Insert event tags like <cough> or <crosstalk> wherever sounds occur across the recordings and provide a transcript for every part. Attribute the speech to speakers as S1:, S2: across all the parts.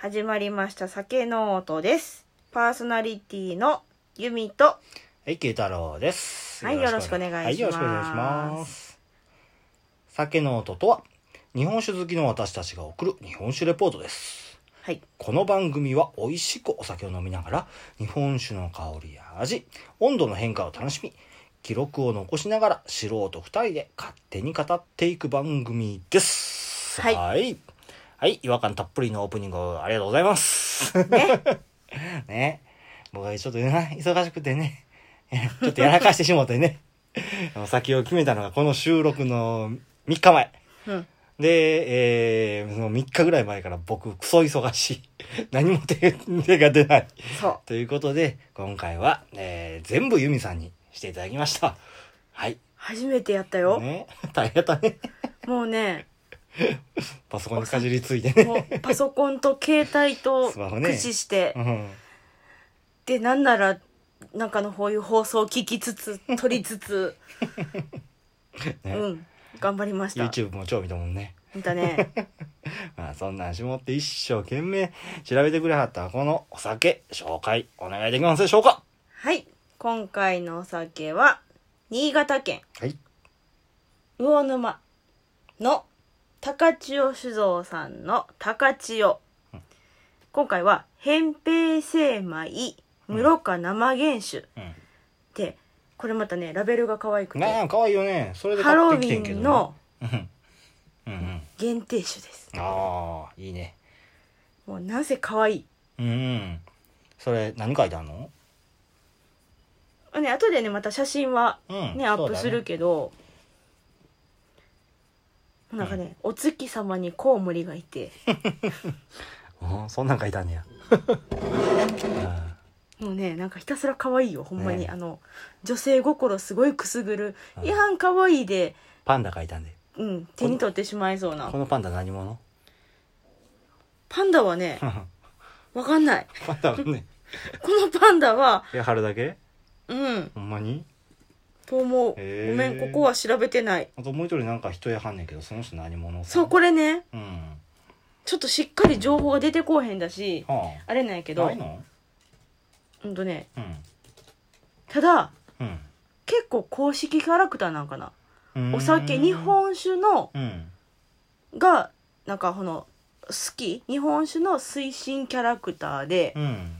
S1: 始まりました酒ノートです。パーソナリティのユミと
S2: はい、慶太郎です。
S1: はい
S2: はい、
S1: よ
S2: よ
S1: ろ
S2: ろ
S1: し
S2: し
S1: く
S2: く
S1: お願
S2: お願
S1: い
S2: い
S1: し
S2: し
S1: ま
S2: ます。酒の音とは、日本酒好きの私たちが送る日本酒レポートです。
S1: はい
S2: この番組は美味しくお酒を飲みながら、日本酒の香りや味、温度の変化を楽しみ、記録を残しながら素人二人で勝手に語っていく番組です。
S1: はい
S2: はい。はい違和感たっぷりのオープニングをありがとうございます。
S1: ね
S2: <laughs> ね。僕はちょっとね忙しくてね、ちょっとやらかしてしもうてね。 <laughs> あの先を決めたのがこの収録の3日前。
S1: うん
S2: で、えーその3日ぐらい前から僕、クソ忙しい。 <laughs> 何も手手が出ない。
S1: そう
S2: ということで、今回は、えー全部ユミさんにしていただきました。はい。
S1: 初めてやったよ、
S2: ね。 <laughs> 大変だね。
S1: もうね
S2: パソコンにかじりつい
S1: <laughs>
S2: てね。
S1: もうパソコンと携帯
S2: <laughs>
S1: と
S2: スマホね
S1: 駆使して、
S2: うん。
S1: でなんならなんかのこういう放送を聞きつ
S2: <laughs>
S1: つ撮りつつ、う
S2: ね
S1: ん頑張りました
S2: YouTube も超見たもんね。
S1: 見たね
S2: まあそんなんしもって一生懸命調べてくれはったこのお酒紹介お願いできますでしょうか
S1: はい今回のお酒は新潟県
S2: はい。
S1: 魚沼の高千代酒造さんの高千代、今回は扁平精米室賀生原酒
S2: う
S1: で、これまたねラベルが可愛く
S2: ん。
S1: て、
S2: ねえ、かわいいよね。それで
S1: ハロウ
S2: 買ってきてんけ
S1: ィ
S2: ど、
S1: ン
S2: ね。
S1: の
S2: うん。うんうん。
S1: 限定酒です
S2: ああ、いいね。
S1: もうなんせ可愛い
S2: うんうん。それ何書いてあんの
S1: あね後でねまた写真は
S2: うん。
S1: ね、アップする
S2: け
S1: けど、なんかね、お月様にコウモリがいて
S2: ど、うん。そんなん書いてあんねや。あ
S1: もうねなんかひたすら可愛いよほんまに、
S2: ね
S1: あの女性心すごいくすぐる「いやん可愛いで
S2: ーパンダ書いたんで。
S1: うん手に取ってしまいそうな
S2: このパンダ何者
S1: パンダはね
S2: <laughs> パ
S1: わかんない
S2: ンダが <laughs> ね。
S1: このパンダは
S2: え、春だけ
S1: うん
S2: ほんまに
S1: と思うご
S2: へー
S1: めんここは調べてない
S2: あともう一人なんか人やはんねんけど、その人何者
S1: そうこれね
S2: れ。うん。
S1: ちょっとしっかり情報が出てこうへんだし
S2: はあ。
S1: あれなんやけど
S2: ないの
S1: うんとね
S2: うん。
S1: ただ
S2: うん。
S1: 結構公式キャラクターなんかなお酒
S2: うん
S1: 日本酒の
S2: うん
S1: がなんかこの好き日本酒の推進キャラクターで
S2: うん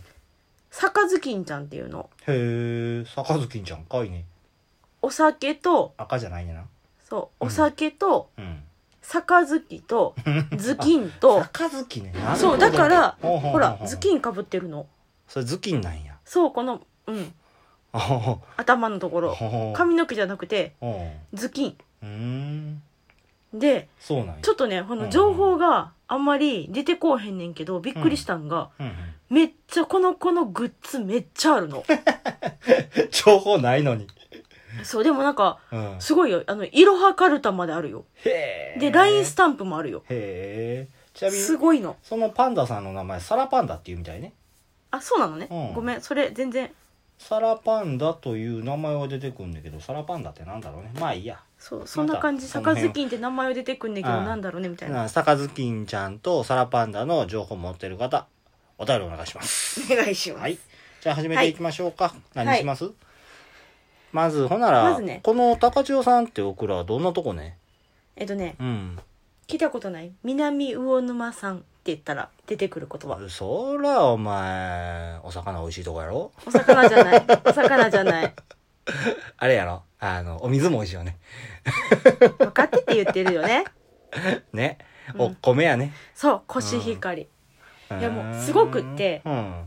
S1: 杯金ちゃんっていうの
S2: へえ杯ちゃんかわいいね
S1: お酒と
S2: 赤じゃないねんな
S1: そう
S2: うん
S1: お酒と
S2: うん
S1: 杯
S2: <laughs>
S1: と頭巾と
S2: 杯ねなるほど
S1: そうだから
S2: ほうほうほうほう
S1: ほら頭巾かぶってるの
S2: それ頭巾なんや
S1: そうこのうん
S2: あ <laughs> ほほ
S1: 頭のところ
S2: ほほ
S1: 髪の毛じゃなくて
S2: ほ
S1: 頭巾
S2: ううーん
S1: で
S2: そうなんや
S1: ちょっとねこの情報があんまり出てこうへんねんけどびっくりしたんが
S2: うん
S1: めっちゃこの子のグッズめっちゃあるの <laughs>
S2: うん <laughs> 情報ないのに
S1: そうでもなんか
S2: うん
S1: すごいよあのいろはかるたまであるよ
S2: へえ
S1: で LINE スタンプもあるよ
S2: へえちなみ
S1: す
S2: に
S1: ごいの
S2: そのパンダさんの名前サラパンダっていうみたいね
S1: あそうなのね、
S2: うん
S1: ごめんそれ全然
S2: サラパンダという名前は出てくるんだけどサラパンダってなんだろうねまあいいや
S1: そうそんな感じ「
S2: その辺
S1: 杯って名前を出てくんねんけど
S2: うん
S1: なんだろうねみたいな
S2: な坂ずきんちゃんとサラパンダの情報持ってる方お便りお願いします
S1: お願いします、
S2: はいじゃあ始めていきましょうか、何します、まずほんな
S1: ま
S2: ら、
S1: ずね
S2: この高千代さんって僕らはどんなとこね
S1: えっとね
S2: うん
S1: 聞いたことない「南魚沼さん」って言ったら出てくる言葉
S2: そらお前お魚美味しいとこやろ
S1: お魚じゃないお魚じゃない
S2: あれやろあのお水も美味しいよね
S1: 分かってって言ってるよね
S2: ね
S1: うん
S2: お米やね、
S1: そうコシヒカリ
S2: うん、
S1: いやもうすごくって
S2: うん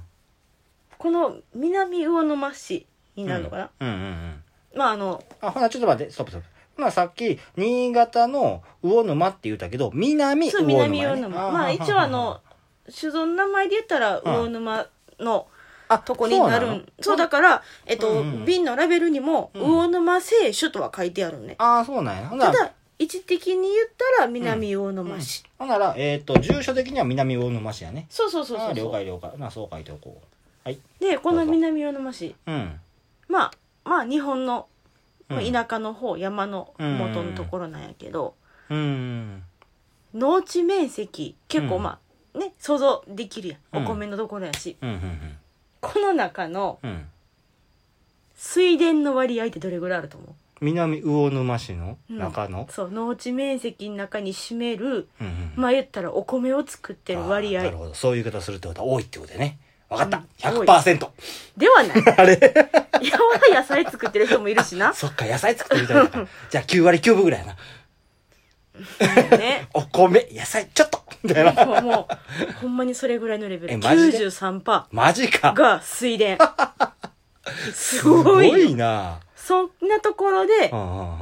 S1: この南魚沼市になるのかな、
S2: うんうんうん
S1: まああの
S2: あほなちょっと待ってストップストップまあさっき新潟の魚沼って言ったけど南
S1: そう
S2: 魚沼、ね、
S1: 南魚沼
S2: ー
S1: まあ一応あの酒造の名前で言ったら魚沼の
S2: あ
S1: とこになるん
S2: そう
S1: そう
S2: の
S1: だから、えっと
S2: うんうん
S1: 瓶のラベルにも「
S2: うん
S1: 魚沼清酒」とは書いてあるね、
S2: ああそうなんやほんな
S1: た
S2: ら
S1: だ位置的に言ったら南魚沼市、
S2: ほんならえっ、と住所的には南魚沼市やね
S1: そうそうそう
S2: あ
S1: そ
S2: あ
S1: う
S2: 了解了解なそう書いておこうはい
S1: でこの南魚沼市
S2: うん
S1: まあまあ日本のまあ
S2: うん
S1: 田舎の方、山の元のところなんやけど、
S2: うん
S1: 農地面積結構
S2: うん
S1: まあ、ね想像できるや
S2: うん
S1: んお米のところやし、
S2: うんうんうん
S1: この中の
S2: うん
S1: 水田の割合ってどれぐらいあると思う
S2: 南魚沼市の
S1: うん
S2: 中の、
S1: そう農地面積の中に占める
S2: うんうんうん
S1: まあ言ったらお米を作ってる割
S2: あーなる
S1: 合
S2: ほどそういう言い方するってことは多いってことでね分かった、
S1: うん
S2: 100%
S1: ではない
S2: <laughs> あれ
S1: いやまだ野菜作ってる人もいるしな
S2: <laughs> そっか野菜作ってみたい
S1: <laughs>
S2: だからじゃあ9割9分ぐらいやな
S1: ね
S2: お米野菜ちょっとみた
S1: <laughs>
S2: いな
S1: もうもうほんまにそれぐらいのレベル
S2: えマジで
S1: 93%
S2: マジか
S1: が水田
S2: <laughs>
S1: すごい
S2: すな
S1: そんなところで
S2: うんうん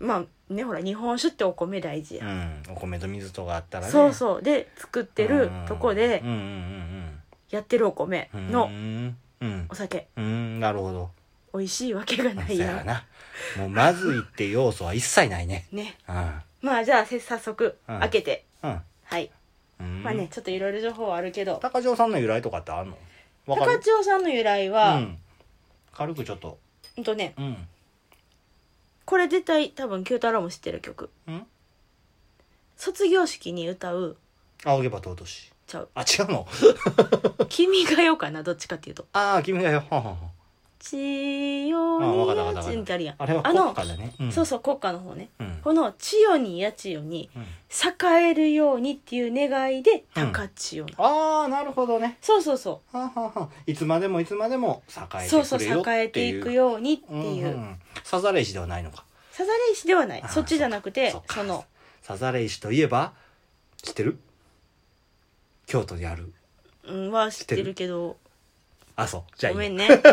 S2: うん
S1: まあねほら日本酒ってお米大事
S2: う
S1: や、
S2: んお米と水とがあったらね
S1: そう
S2: う
S1: そうで作っ
S2: や
S1: てるとこで
S2: うんうん
S1: やってるお米
S2: うんうんう
S1: の
S2: んうん
S1: お酒
S2: うんなるほど
S1: 美味しいわけがな
S2: そう
S1: いや
S2: や
S1: ん
S2: なもうまずいって要素は一切ないね
S1: ね
S2: うん
S1: まあじゃあせ早速
S2: うん
S1: 開けて、
S2: うん
S1: はい
S2: うん
S1: まあねちょっといろいろ情報はあるけど
S2: 高城さんの由来とかってあるのわか
S1: 高
S2: る
S1: 千穂さんの由来は、
S2: う
S1: うん
S2: ん軽くちょっと
S1: とね
S2: うん
S1: これ絶対多分九太郎も知ってる曲
S2: うん
S1: 卒業式に歌う
S2: 仰げば尊し
S1: ち
S2: <laughs>
S1: ゃう
S2: あ違うの
S1: 「君が代」かなどっちかっていうと
S2: あ <laughs> あ君がよはんはんはん
S1: 「千代にやち」ってあるやん
S2: あれは
S1: あ
S2: 国
S1: の
S2: 家だね
S1: そう
S2: そ
S1: そう国家の方ね
S2: うんうん
S1: この「千代にや千代に」
S2: うん
S1: 栄えるようにっていう願いで高千代な、
S2: ああなるほどね
S1: そうそうそ
S2: はんはんはんいつまでもいつまでも栄
S1: う
S2: え
S1: そう
S2: て
S1: そ
S2: く
S1: う
S2: れよ
S1: 栄え
S2: っていう
S1: ていくようにっていう、
S2: うんうんサザレ石ではないのか
S1: サザレ石ではない
S2: あー
S1: そっちじゃなくて
S2: そっ
S1: そ
S2: か
S1: の
S2: サザレ石といえば知ってる京都にある
S1: うんは知ってるけど
S2: あそうじゃあい
S1: ご
S2: い
S1: めんねなんか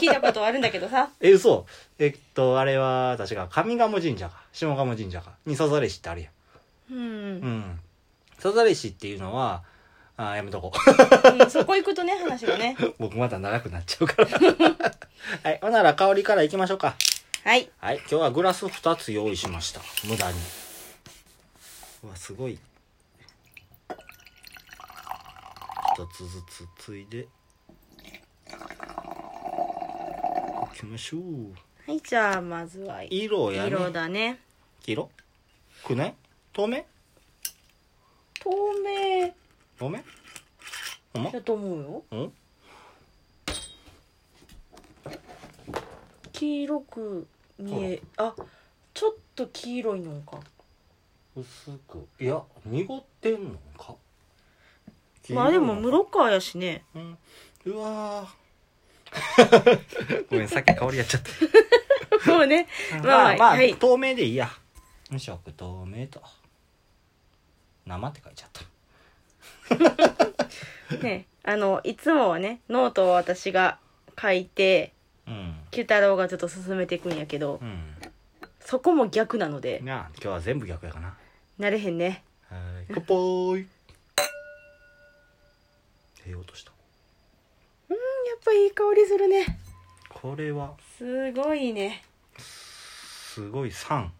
S1: 聞いたことはあるんだけどさ
S2: え嘘えっとあれは確か上賀茂神社か下鴨神社かにサザレ石ってあるやん
S1: うん、
S2: うんサザレ石っていうのはあーやめとこう
S1: うんそこ行くとね話がね
S2: 僕また長くなっちゃうから <laughs> はいほんなら香りからいきましょうか
S1: はい
S2: はい今日はグラス2つ用意しました無駄にうわすごい一つずつついでいきましょう
S1: はいじゃあまずは
S2: 色やね
S1: 色だね
S2: 黄色くない透明
S1: 透明
S2: 透明ほんま
S1: だと思うよ
S2: うん
S1: 黄色く見えあちょっと黄色いのか
S2: 薄くいや濁ってんのか
S1: まあでも
S2: 無
S1: 室川やしね
S2: うん、うわー <laughs> ごめんさっき香りやっちゃった
S1: もうねまあまあ、はい
S2: 透明でいいや無色透明と生って書いちゃった
S1: <laughs> ねあのいつもはねノートを私が書いて
S2: うん
S1: 九太郎がちょっと進めていくんやけど
S2: うん
S1: そこも逆なので
S2: なあ今日は全部逆やかな
S1: なれへんね
S2: はい乾杯ええ音した
S1: やっぱいい香りするね
S2: これは
S1: すごいね
S2: すごい酸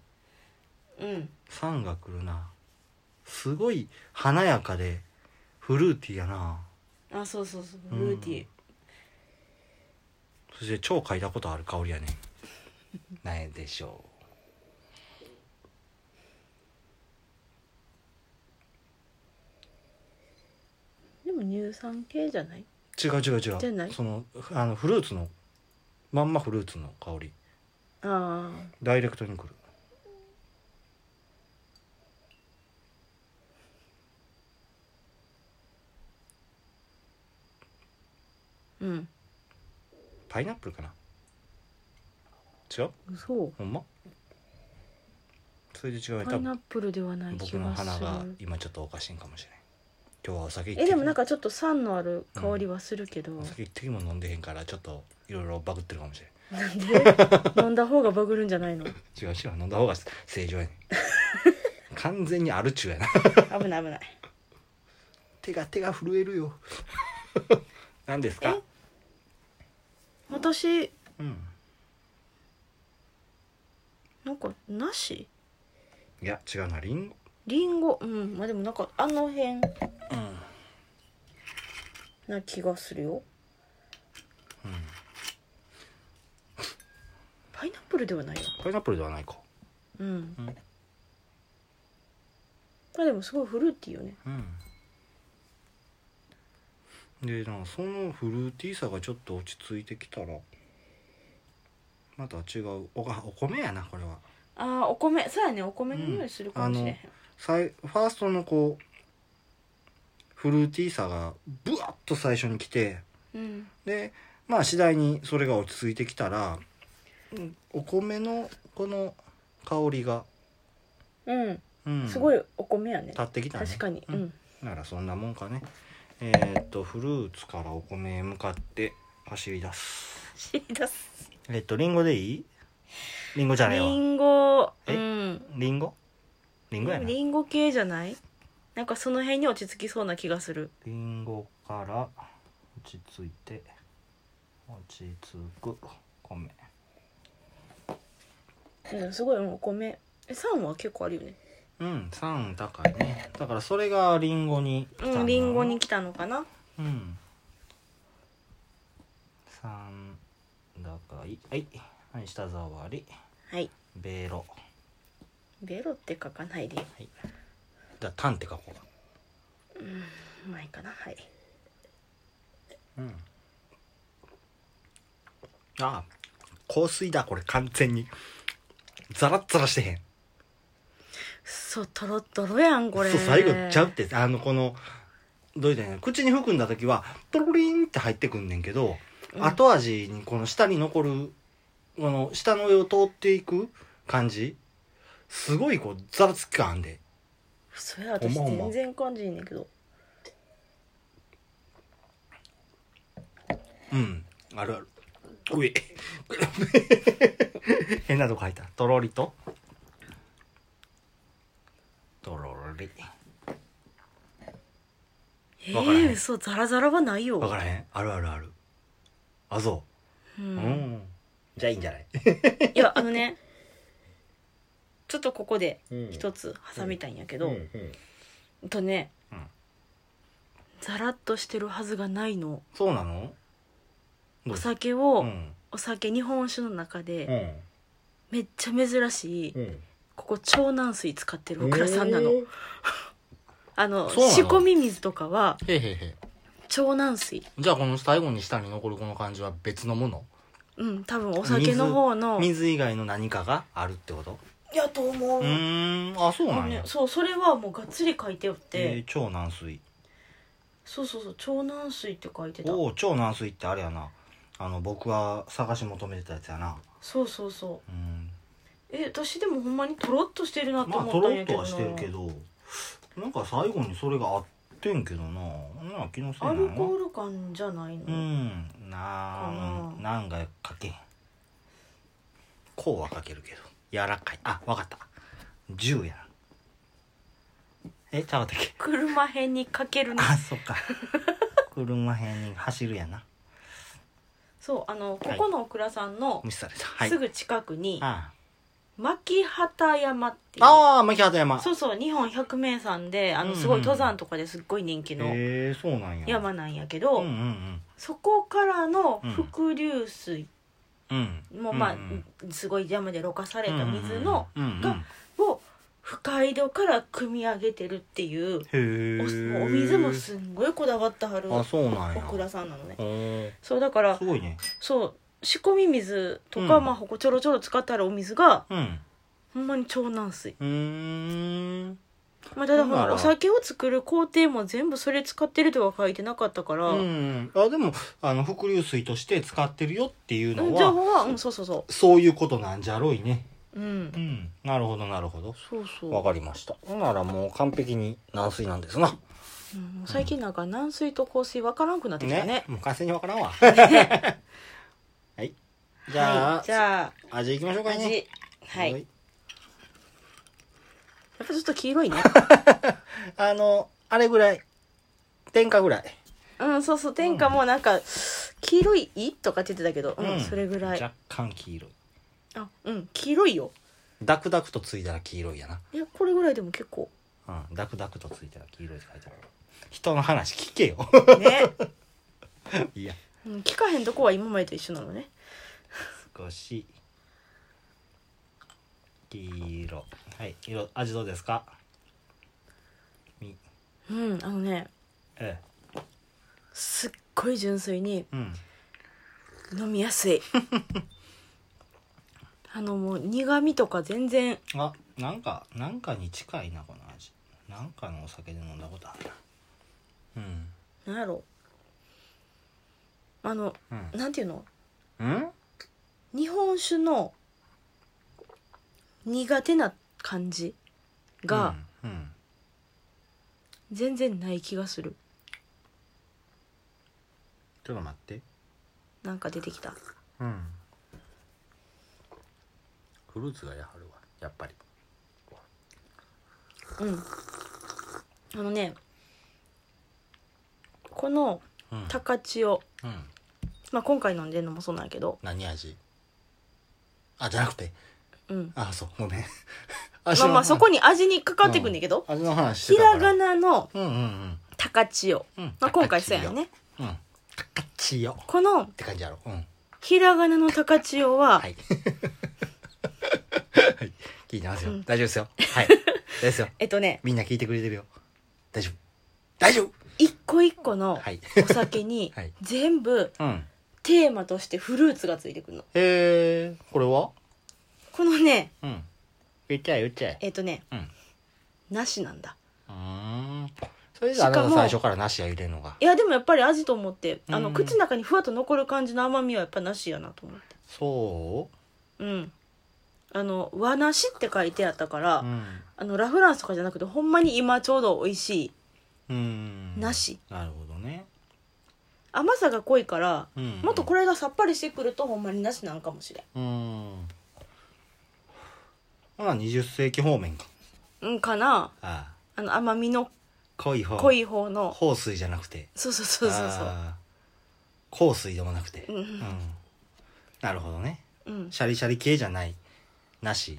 S1: うん
S2: 酸が来るなすごい華やかでフルーティーやな
S1: あそうそうそう
S2: うん
S1: フルーティー、
S2: そして超嗅いだことある香りやねないでしょ
S1: でも乳酸系じゃない、
S2: う違う違う違う
S1: じゃない
S2: そのあのフルーツのまんまフルーツの香り
S1: ああ
S2: ダイレクトに来る
S1: うん
S2: パイナップルかな違う
S1: そう
S2: ほんまそれで違うね
S1: パ
S2: 多
S1: イナッ
S2: 分
S1: プルではない気
S2: 僕の
S1: がす
S2: 鼻が
S1: る
S2: 今ちょっとおかしいんかもしれん今日はお酒一
S1: えでもなん
S2: か
S1: かちょっと酸のある香りはするけど、
S2: お酒一滴も飲んでへんからちょっといろいろバグってるかもしれん
S1: なんで飲んだ方がバグるんじゃないの
S2: 違う違う飲んだ方が正常やね
S1: <laughs>
S2: ん完全にアルチューやな
S1: 危ない危ない
S2: 手が手が震えるよ <laughs> 何ですか
S1: 私
S2: うん
S1: なんかなし
S2: いや違うなリンゴ
S1: リンゴうんまあでもなんかあの辺な気がするよ、パイナップルではないよ
S2: パイナップルではないか
S1: うん、
S2: ん
S1: まあでもすごいフルーティーよね
S2: うんでなんかそのフルーティーさがちょっと落ち着いてきたらまた違うおがお米やなこれは
S1: ああお米そうやねお米の匂いするかもしれへん、
S2: さいファーストのこうフルーティーさがブワッと最初に来て
S1: うん
S2: でまあ次第にそれが落ち着いてきたらうんお米のこの香りが、
S1: うん、
S2: うん、
S1: すご
S2: い
S1: いお米やね
S2: 立ってきたね
S1: 確かに、う
S2: うん
S1: ん、
S2: ならそんなもんかねえーっとフルーツからお米へ向かって走り出す
S1: 知り出す
S2: えっとリンゴでいいリンゴじゃねえ
S1: り
S2: わ
S1: んごう
S2: え
S1: ん
S2: リンゴリンゴやなリ
S1: りんご系じゃないなんかその辺に落ち着きそうな気がする
S2: ンゴから落ち着いて落ち着く米
S1: うんすごいうんお米え3は結構あるよね
S2: うん酸高いねだからそれがリンゴに来た
S1: う
S2: の
S1: んりんごに来たのかな
S2: うん酸高いはいはい舌触り
S1: はい
S2: ベロ
S1: ベロって書かないで
S2: じゃあタンって書こ
S1: うまいかなはいう
S2: うんああ香水だこれ完全にザラッザラしてへん
S1: そうとろとろやんこれ
S2: そう最後ちゃうってあのこのどういうたらいいの口に含んだ時はトロリンって入ってくんねんけど、
S1: うん
S2: 後味にこの下に残るこの下の上を通っていく感じすごいこうザラつき感あんで
S1: それ私
S2: ほんまほんま
S1: 全然感じんねんけど
S2: うんあるあるうえ <laughs> 変なとこ入ったとろりととろり
S1: え
S2: わからへ
S1: ー、
S2: ん
S1: 嘘ザラザラはないよ
S2: わからへんあるあるあるあそうううんんじゃあいいんじゃない
S1: いやあのねちょっとここで
S2: うん
S1: 一つ挟みたいんやけ
S2: け
S1: ど、
S2: うん
S1: とね、
S2: うん
S1: ザラッとしてるはずがないの
S2: そうなのど
S1: お
S2: うした
S1: 酒を、
S2: うん
S1: お酒日本酒の中
S2: う
S1: で、
S2: ん
S1: めっちゃ珍しい、
S2: うん
S1: ここ長軟水使ってるお蔵さんなの、
S2: へー
S1: あの
S2: そうなの
S1: 仕込み水とかは
S2: へーへーへ
S1: 長軟水
S2: ーじゃあこの最後に下に残るこの感じは別のもの
S1: うん多分お酒の方の
S2: 水以外の何かがあるってこと
S1: いやと思う、
S2: うーんあそう
S1: も
S2: な
S1: うんね
S2: や、
S1: そうそれはもうがっつり書いてよって、
S2: えー、超軟水
S1: そうそうそう長軟水って書いてた
S2: おお超軟水ってあれやなあの僕は探し求めてたやつやな
S1: そうそうそう
S2: うん
S1: え私でもほんまにとろっとしてるなと
S2: まあ
S1: 思
S2: と
S1: ったん
S2: ろ
S1: や
S2: っ
S1: け
S2: と
S1: どな、
S2: はしてるけどなんか最後にそれがあってんけどななんか気のせいな
S1: アル
S2: の
S1: コール感じゃないの、
S2: うんなあ
S1: か
S2: なんがかけんこうはかけるけど柔らかいあわかった10やんえちゃうかった
S1: <laughs>
S2: っけ
S1: 車編にかけるね
S2: あそっか車辺に走るやな
S1: そうあのここのオクラさんの
S2: 無視されたはい
S1: すぐ近くに、
S2: あ
S1: 牧畑山っていう
S2: あああ牧畑山
S1: そうそう日本百名山であ
S2: うん
S1: の
S2: うん
S1: すごい登山とかですっごい人気の
S2: へえそうなんや
S1: 山なんやけど、
S2: うんうん
S1: そこからの伏流水
S2: うんうん
S1: も、まあ、
S2: うん
S1: すごい山でろ過され
S2: うん
S1: た水の、
S2: うんうん
S1: がを深井戸から汲み上げてるっていう
S2: へ
S1: お
S2: え
S1: お水もすんごいこだわってはる
S2: あそうなんや
S1: 奥田さんなのね
S2: おー
S1: そうだから
S2: すごいね
S1: そう仕込み水とか、
S2: うん
S1: まあほこちょろちょろ使ってあるお水が
S2: うん
S1: ほんまに超軟水、
S2: うーん
S1: まあ、ただほ
S2: だから
S1: らお酒を作る工程も全部それ使ってるとは書いてなかったから、
S2: う
S1: うん
S2: ん、あでもあの伏流水として使ってるよっていうの
S1: 情
S2: は
S1: 報はうんそうそうそ
S2: そういうことなんじゃろいね
S1: ううん
S2: うんなるほどなるほど
S1: そうそう、
S2: わかりましたならもう完璧に軟水なんですな
S1: うんもう最近なんか軟水と硬水分からんくなってきたね
S2: もう完全にわからん
S1: <laughs>
S2: わはいじゃあ、
S1: はい、じゃ
S2: 味いきましょう
S1: あ
S2: かね
S1: 味はいやっ
S2: はい
S1: ぱちょっと黄色いね
S2: あのあれぐらい天下ぐらい
S1: うんそうそう天下もなんか黄色いとかって言ってたけどうん、
S2: うん
S1: それぐらい
S2: 若干黄色い
S1: あうん黄色いよ
S2: ダクダクとついたら黄色いやな、
S1: いやこれぐらいでも結 <laughs> 構
S2: うん、ダクダクとついたら黄色いって書いてある人の話聞け
S1: <laughs>
S2: よ
S1: ね、
S2: いや
S1: うん、聞かへんとこは今までと一緒なのね
S2: 少し黄色はい色味どうですかみ
S1: うんあのね
S2: え
S1: すっごい純粋に
S2: うん
S1: 飲みやすい <laughs> あのもう苦味とか全然
S2: あなんかなんかに近いなこの味なんかのお酒で飲んだことあるな
S1: なんやろあの
S2: うん
S1: なんていうの
S2: うんうん
S1: 日本酒の苦手な感じが
S2: うん、うん
S1: 全然ない気がする、
S2: ちょっと待って
S1: なんか出てきた
S2: うんフルーツがやはるわやっぱり
S1: うんあのねこの
S2: うん、
S1: 高千代、
S2: うん、
S1: まあ、今回飲んでるのもそうなんやけど
S2: 何味あじゃなくて
S1: うん
S2: あそうごめん
S1: まあまあそこ
S2: に
S1: に味に関わってくんだけど、
S2: 味の話して
S1: ひ
S2: た
S1: ら
S2: から
S1: がなの
S2: うんうん
S1: 高千代、
S2: うんうん
S1: まあ、今回そうやね
S2: うん高千代っ
S1: この
S2: て感じやろうん
S1: ひらがなの高千代は、
S2: はい。はい聞いてますよ。
S1: うん
S2: 大丈夫ですよ。はい。大丈夫ですよ。
S1: えっとね
S2: みんな聞いてくれてるよ。大丈夫。大丈夫
S1: 一個一個の
S2: <laughs> はい
S1: お酒に
S2: はい
S1: 全部
S2: うん。
S1: テーマとしてフルーツがついてくるの
S2: えー、これは
S1: このね
S2: うん。言っちゃえ、言っちゃえ。
S1: えっとね
S2: うん。う
S1: 梨なんだ
S2: ーん。それじゃあ、あ
S1: しか
S2: な
S1: も
S2: た最初からなしや入れるのが。
S1: いやでもやっぱり味と思ってあの
S2: うん
S1: 口の中にふわっと残る感じの甘みはやっぱ梨やなと思って
S2: そ
S1: うんあの和梨って書いてあったから、
S2: ううん。
S1: あのラフランスとかじゃなくてほんまに今ちょうど美味しい
S2: うん。
S1: 梨。
S2: なるほどね。
S1: 甘さが濃いから
S2: うん。
S1: もっとこれがさっぱりしてくるとほんまに梨なんかもしれん
S2: うん。まあ、20世紀方面か。
S1: うんかな
S2: ああ。
S1: あの甘みの
S2: 濃い方。
S1: 濃。い方の
S2: 香水じゃなくて。
S1: そうそうそうそうそう
S2: あー香水でもなくて、
S1: うん
S2: なるほどね
S1: うん
S2: シャリシャリ系じゃないなし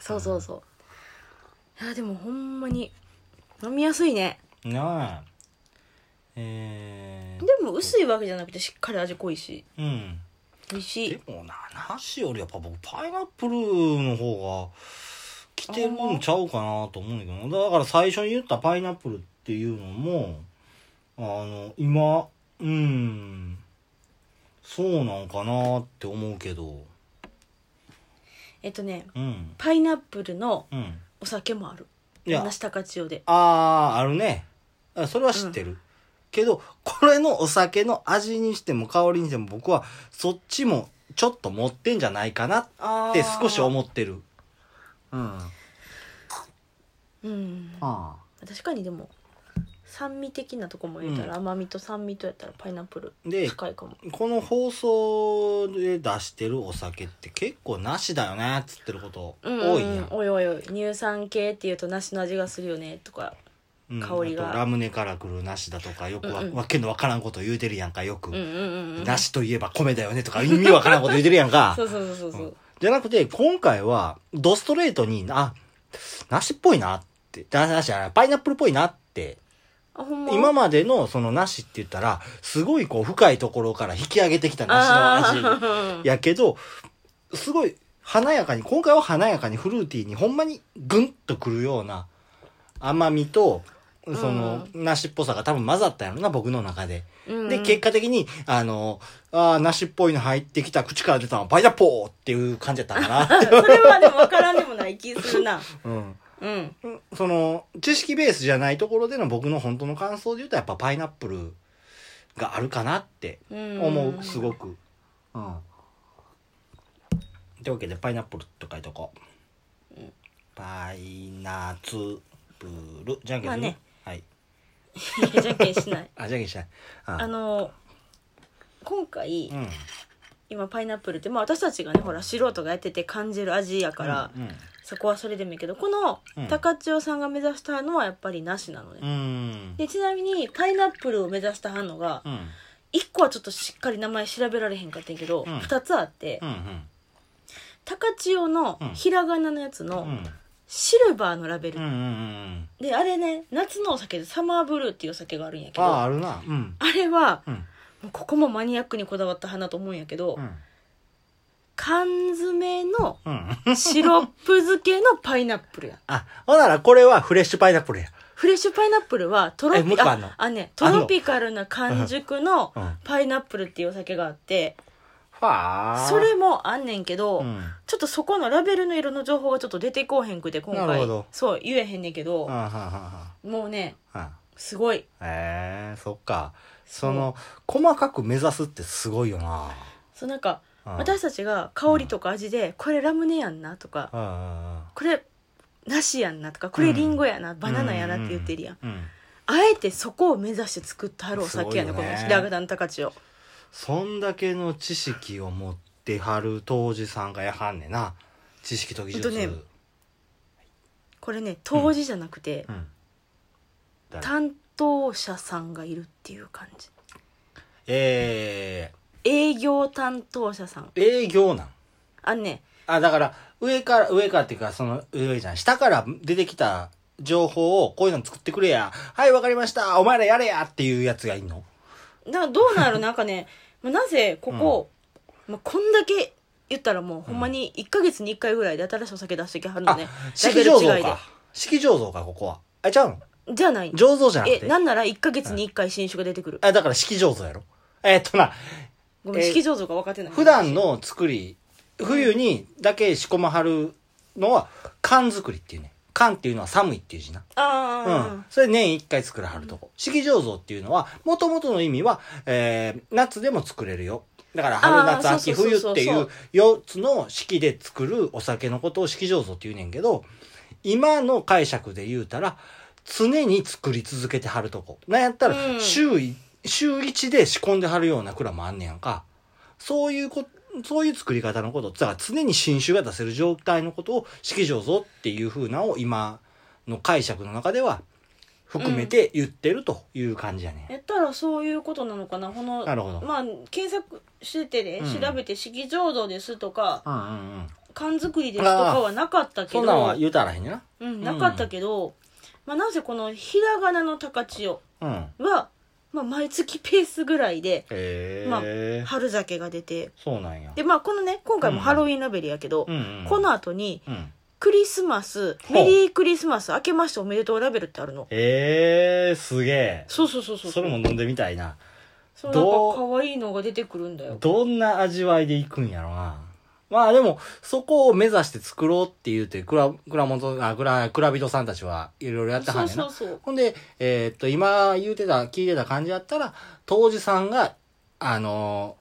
S1: そうそうそういやでもほんまに飲みやすいね
S2: なあえー
S1: でも薄いわけじゃなくてしっかり味濃いし
S2: うん
S1: 美味し
S2: で
S1: い
S2: もななしよりやっぱ僕パイナップルの方が来てるんちゃうかなと思うんだけどなだから最初に言ったパイナップルっていうのもあの今うんそうなんかなって思うけど
S1: えっとね
S2: うん
S1: パイナップルの
S2: うん
S1: お酒もある
S2: いや
S1: 梨高千代で
S2: ああ、あるね。あそれは知ってる。けど、これのお酒の味にしても香りにしても僕はそっちもちょっと持ってんじゃないかなっ
S1: あ
S2: て少し思ってる。うん。あ
S1: うん
S2: あ。
S1: 確かにでも酸味的なとこも入れたら、
S2: うん
S1: 甘みと酸味とやったらパイナップル
S2: で
S1: 近いかも
S2: この放送で出してるお酒って結構なしだよねっつってること
S1: うん
S2: 多いやん。
S1: おいおいおい乳酸系っていうと梨の味がするよねとか
S2: うん
S1: 香りが
S2: あとラムネから来るなしだとかよくわ,、
S1: うんうん
S2: けのわからんこと言うてるやんかよく。
S1: うんうんうんうん
S2: なしといえば米だよねとか意味わからんこと言うてるやん
S1: <laughs>
S2: か。
S1: そうそうそうそうそう
S2: じゃなくて、今回は、ドストレートに、あ、梨っぽいなって、な梨じゃない、パイナップルっぽいなって、
S1: あほんま
S2: 今までのその梨って言ったら、すごいこう深いところから引き上げてきた梨の味
S1: あー
S2: やけど、すごい華やかに、今回は華やかにフルーティーにほんまにグンとくるような甘みと、その、梨っぽさが多分混ざったんやろな、僕の中で。
S1: うん
S2: で、結果的に、あの、あー梨っぽいの入ってきた、口から出たのはパイナッポーっていう感じだったかな。
S1: それはでも分からんでもない気するな
S2: うん、
S1: うん
S2: その知識ベースじゃないところでの僕の本当の感想で言うとやっぱパイナップルがあるかなって思うすご
S1: く
S2: く。うん、というわけでパイナップルと書いとこう。パイナツプルじゃんけん
S1: まあ
S2: する、
S1: ね
S2: はい。
S1: じゃんけんしない
S2: あじゃんけんしない。あ
S1: あの今回
S2: うん、
S1: 今パイナップルって、まあ、私たちがねほら素人がやってて感じる味やから、
S2: うん
S1: そこはそれでもいいけどこの
S2: うん
S1: 高千代さんが目指したのはやっぱりなしなのね、
S2: うん
S1: でちなみにパイナップルを目指した反応が
S2: うん
S1: 1個はちょっとしっかり名前調べられへんかったんやけど、
S2: うん
S1: 2つあって、
S2: うんうん
S1: 高千代の
S2: うん
S1: ひらがなのやつ
S2: う
S1: の
S2: ん
S1: シルバーのラベル、
S2: うんうんうん
S1: であれね夏のお酒でサマーブルーっていうお酒があるんやけ
S2: あ
S1: ど
S2: あ
S1: あ
S2: あるなうん
S1: れは
S2: うん
S1: もうここもマニアックにこだわった花と思うんやけど、
S2: うん
S1: 缶詰
S2: <laughs>
S1: の
S2: うん
S1: シロップ漬けのパイナップルや
S2: あほんならこれはフレッシュパイナップルや
S1: フフレッシュパイナップルはトロ
S2: えも
S1: ピ
S2: う一個
S1: あ
S2: あんの
S1: あねトロピカルな完熟の
S2: うん
S1: パイナップルっていうお酒があって
S2: はあ
S1: それもあんねんけど、
S2: うん
S1: ちょっとそこのラベルの色の情報がちょっと出てこうへんくて今
S2: なる
S1: 回
S2: ほど
S1: そう言えへんねんけ
S2: うん
S1: ど、
S2: はんはんは
S1: もうね
S2: んはん
S1: すごい
S2: えー、そっかその細かく目指すってすごいよな
S1: そうなんか、
S2: うん
S1: 私たちが香りとか味で、これラムネやんなとか、
S2: うんうんうん
S1: これ梨やんなとかこれリンゴやな、バナナやなって言ってるやん、
S2: うんうん
S1: あえてそこを目指して作ったはるお酒やね
S2: す
S1: こ
S2: ごいよ
S1: の
S2: ね
S1: 平方の高千代
S2: そんだけの知識を持ってはる当時さんがやはんねんな知識と技術、
S1: ほんとねこれね当時じゃなくて、
S2: うん誰
S1: 担当者さんがいるっていう感じ
S2: え
S1: 営業担当者さん
S2: ー、営業なん
S1: あのね
S2: あだから上から上からっていうかその上じゃん下から出てきた情報をこういうの作ってくれやはいわかりましたお前らやれやっていうやつがいんの
S1: などうなる <laughs> なんかね、まあ、なぜここ、まあ、こんだけ言ったらもうほんまに1か月に1回ぐらいで新しいお酒出してきはるの
S2: あ
S1: ね
S2: 式
S1: ラベ
S2: 醸
S1: ル
S2: 造
S1: 違い
S2: か式醸造かここはあちゃうの
S1: でじゃない
S2: 醸造じゃなく
S1: え
S2: て
S1: なんなら1か月に1回新酒が出てくる
S2: あだから式醸造やろえーっとな
S1: ごめん
S2: え
S1: 式醸造が分かってない
S2: 普段の作り冬にだけ仕込まはるのは缶作りっていうね缶っていうのは寒いっていう字な
S1: ああ、
S2: うん、それ年一回作らはるとこ式醸造っていうのはもともとの意味は、えー夏でも作れるよだから春夏
S1: あー
S2: 秋
S1: そう
S2: 冬
S1: そうそうそ
S2: っ
S1: う
S2: ていう4つの式で作るお酒のことを式醸造って言うねんけど今の解釈で言うたら常に作り続けてはるとこなんやったら
S1: うん
S2: 週,、い週1で仕込んではるような蔵もあんねやんかそういうこそういう作り方のことだから常に新酒が出せる状態のことを式醸造っていう風なのを今の解釈の中では含めて言ってるという感じやね、
S1: やったらそういうことなのかなこの
S2: なるほど
S1: まあ検索しててね、
S2: うん
S1: 調べて式醸造ですとか
S2: うんうんうん
S1: 缶作りですとかはなかったけ
S2: そ
S1: ど
S2: んなんは言うたらへんねんな
S1: うん、なかったけど、まあ、なぜこのひらがなの高千代
S2: うん
S1: は、まあ、毎月ペースぐらいで
S2: へえ、
S1: ま春酒が出て
S2: そうなんや
S1: でまあこのね今回もハロウィンラベルやけど、
S2: うんうん
S1: この後に
S2: うん
S1: クリスマス
S2: ほう
S1: メリークリスマス明けましておめでとうラベルってあるの
S2: へえすげえ
S1: そうそうそうそう
S2: それも飲んでみたいな
S1: そうなん
S2: どう
S1: か可愛いのが出てくるんだよ
S2: どんな味わいでいくんやろなまあでもそこを目指して作ろうって言うて蔵蔵元あ蔵蔵人さんたちはいろいろやって
S1: そう
S2: はんねんな
S1: そうそう
S2: ほんで、えーっと、今言うてた、聞いてた感じやったら、当時さんが、あの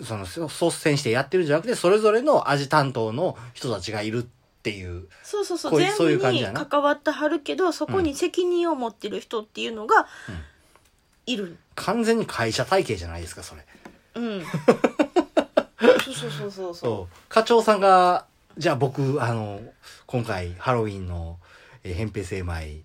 S2: ーその、そ率先してやってるんじゃなくて、それぞれの味担当の人たちがいるっていう。
S1: そうそうそ
S2: こ
S1: う
S2: ういう
S1: 全
S2: そういう
S1: 部
S2: 感じ
S1: に
S2: やな
S1: 関わってはるけどそこに責任を持ってる人っていうのがいる
S2: 完全に会社体系じゃないですか、それ。
S1: うん、
S2: <laughs>
S1: そうそうそうそうそう
S2: そう。課長さんが、じゃあ僕、あの、今回、ハロウィンの、えー、扁平精米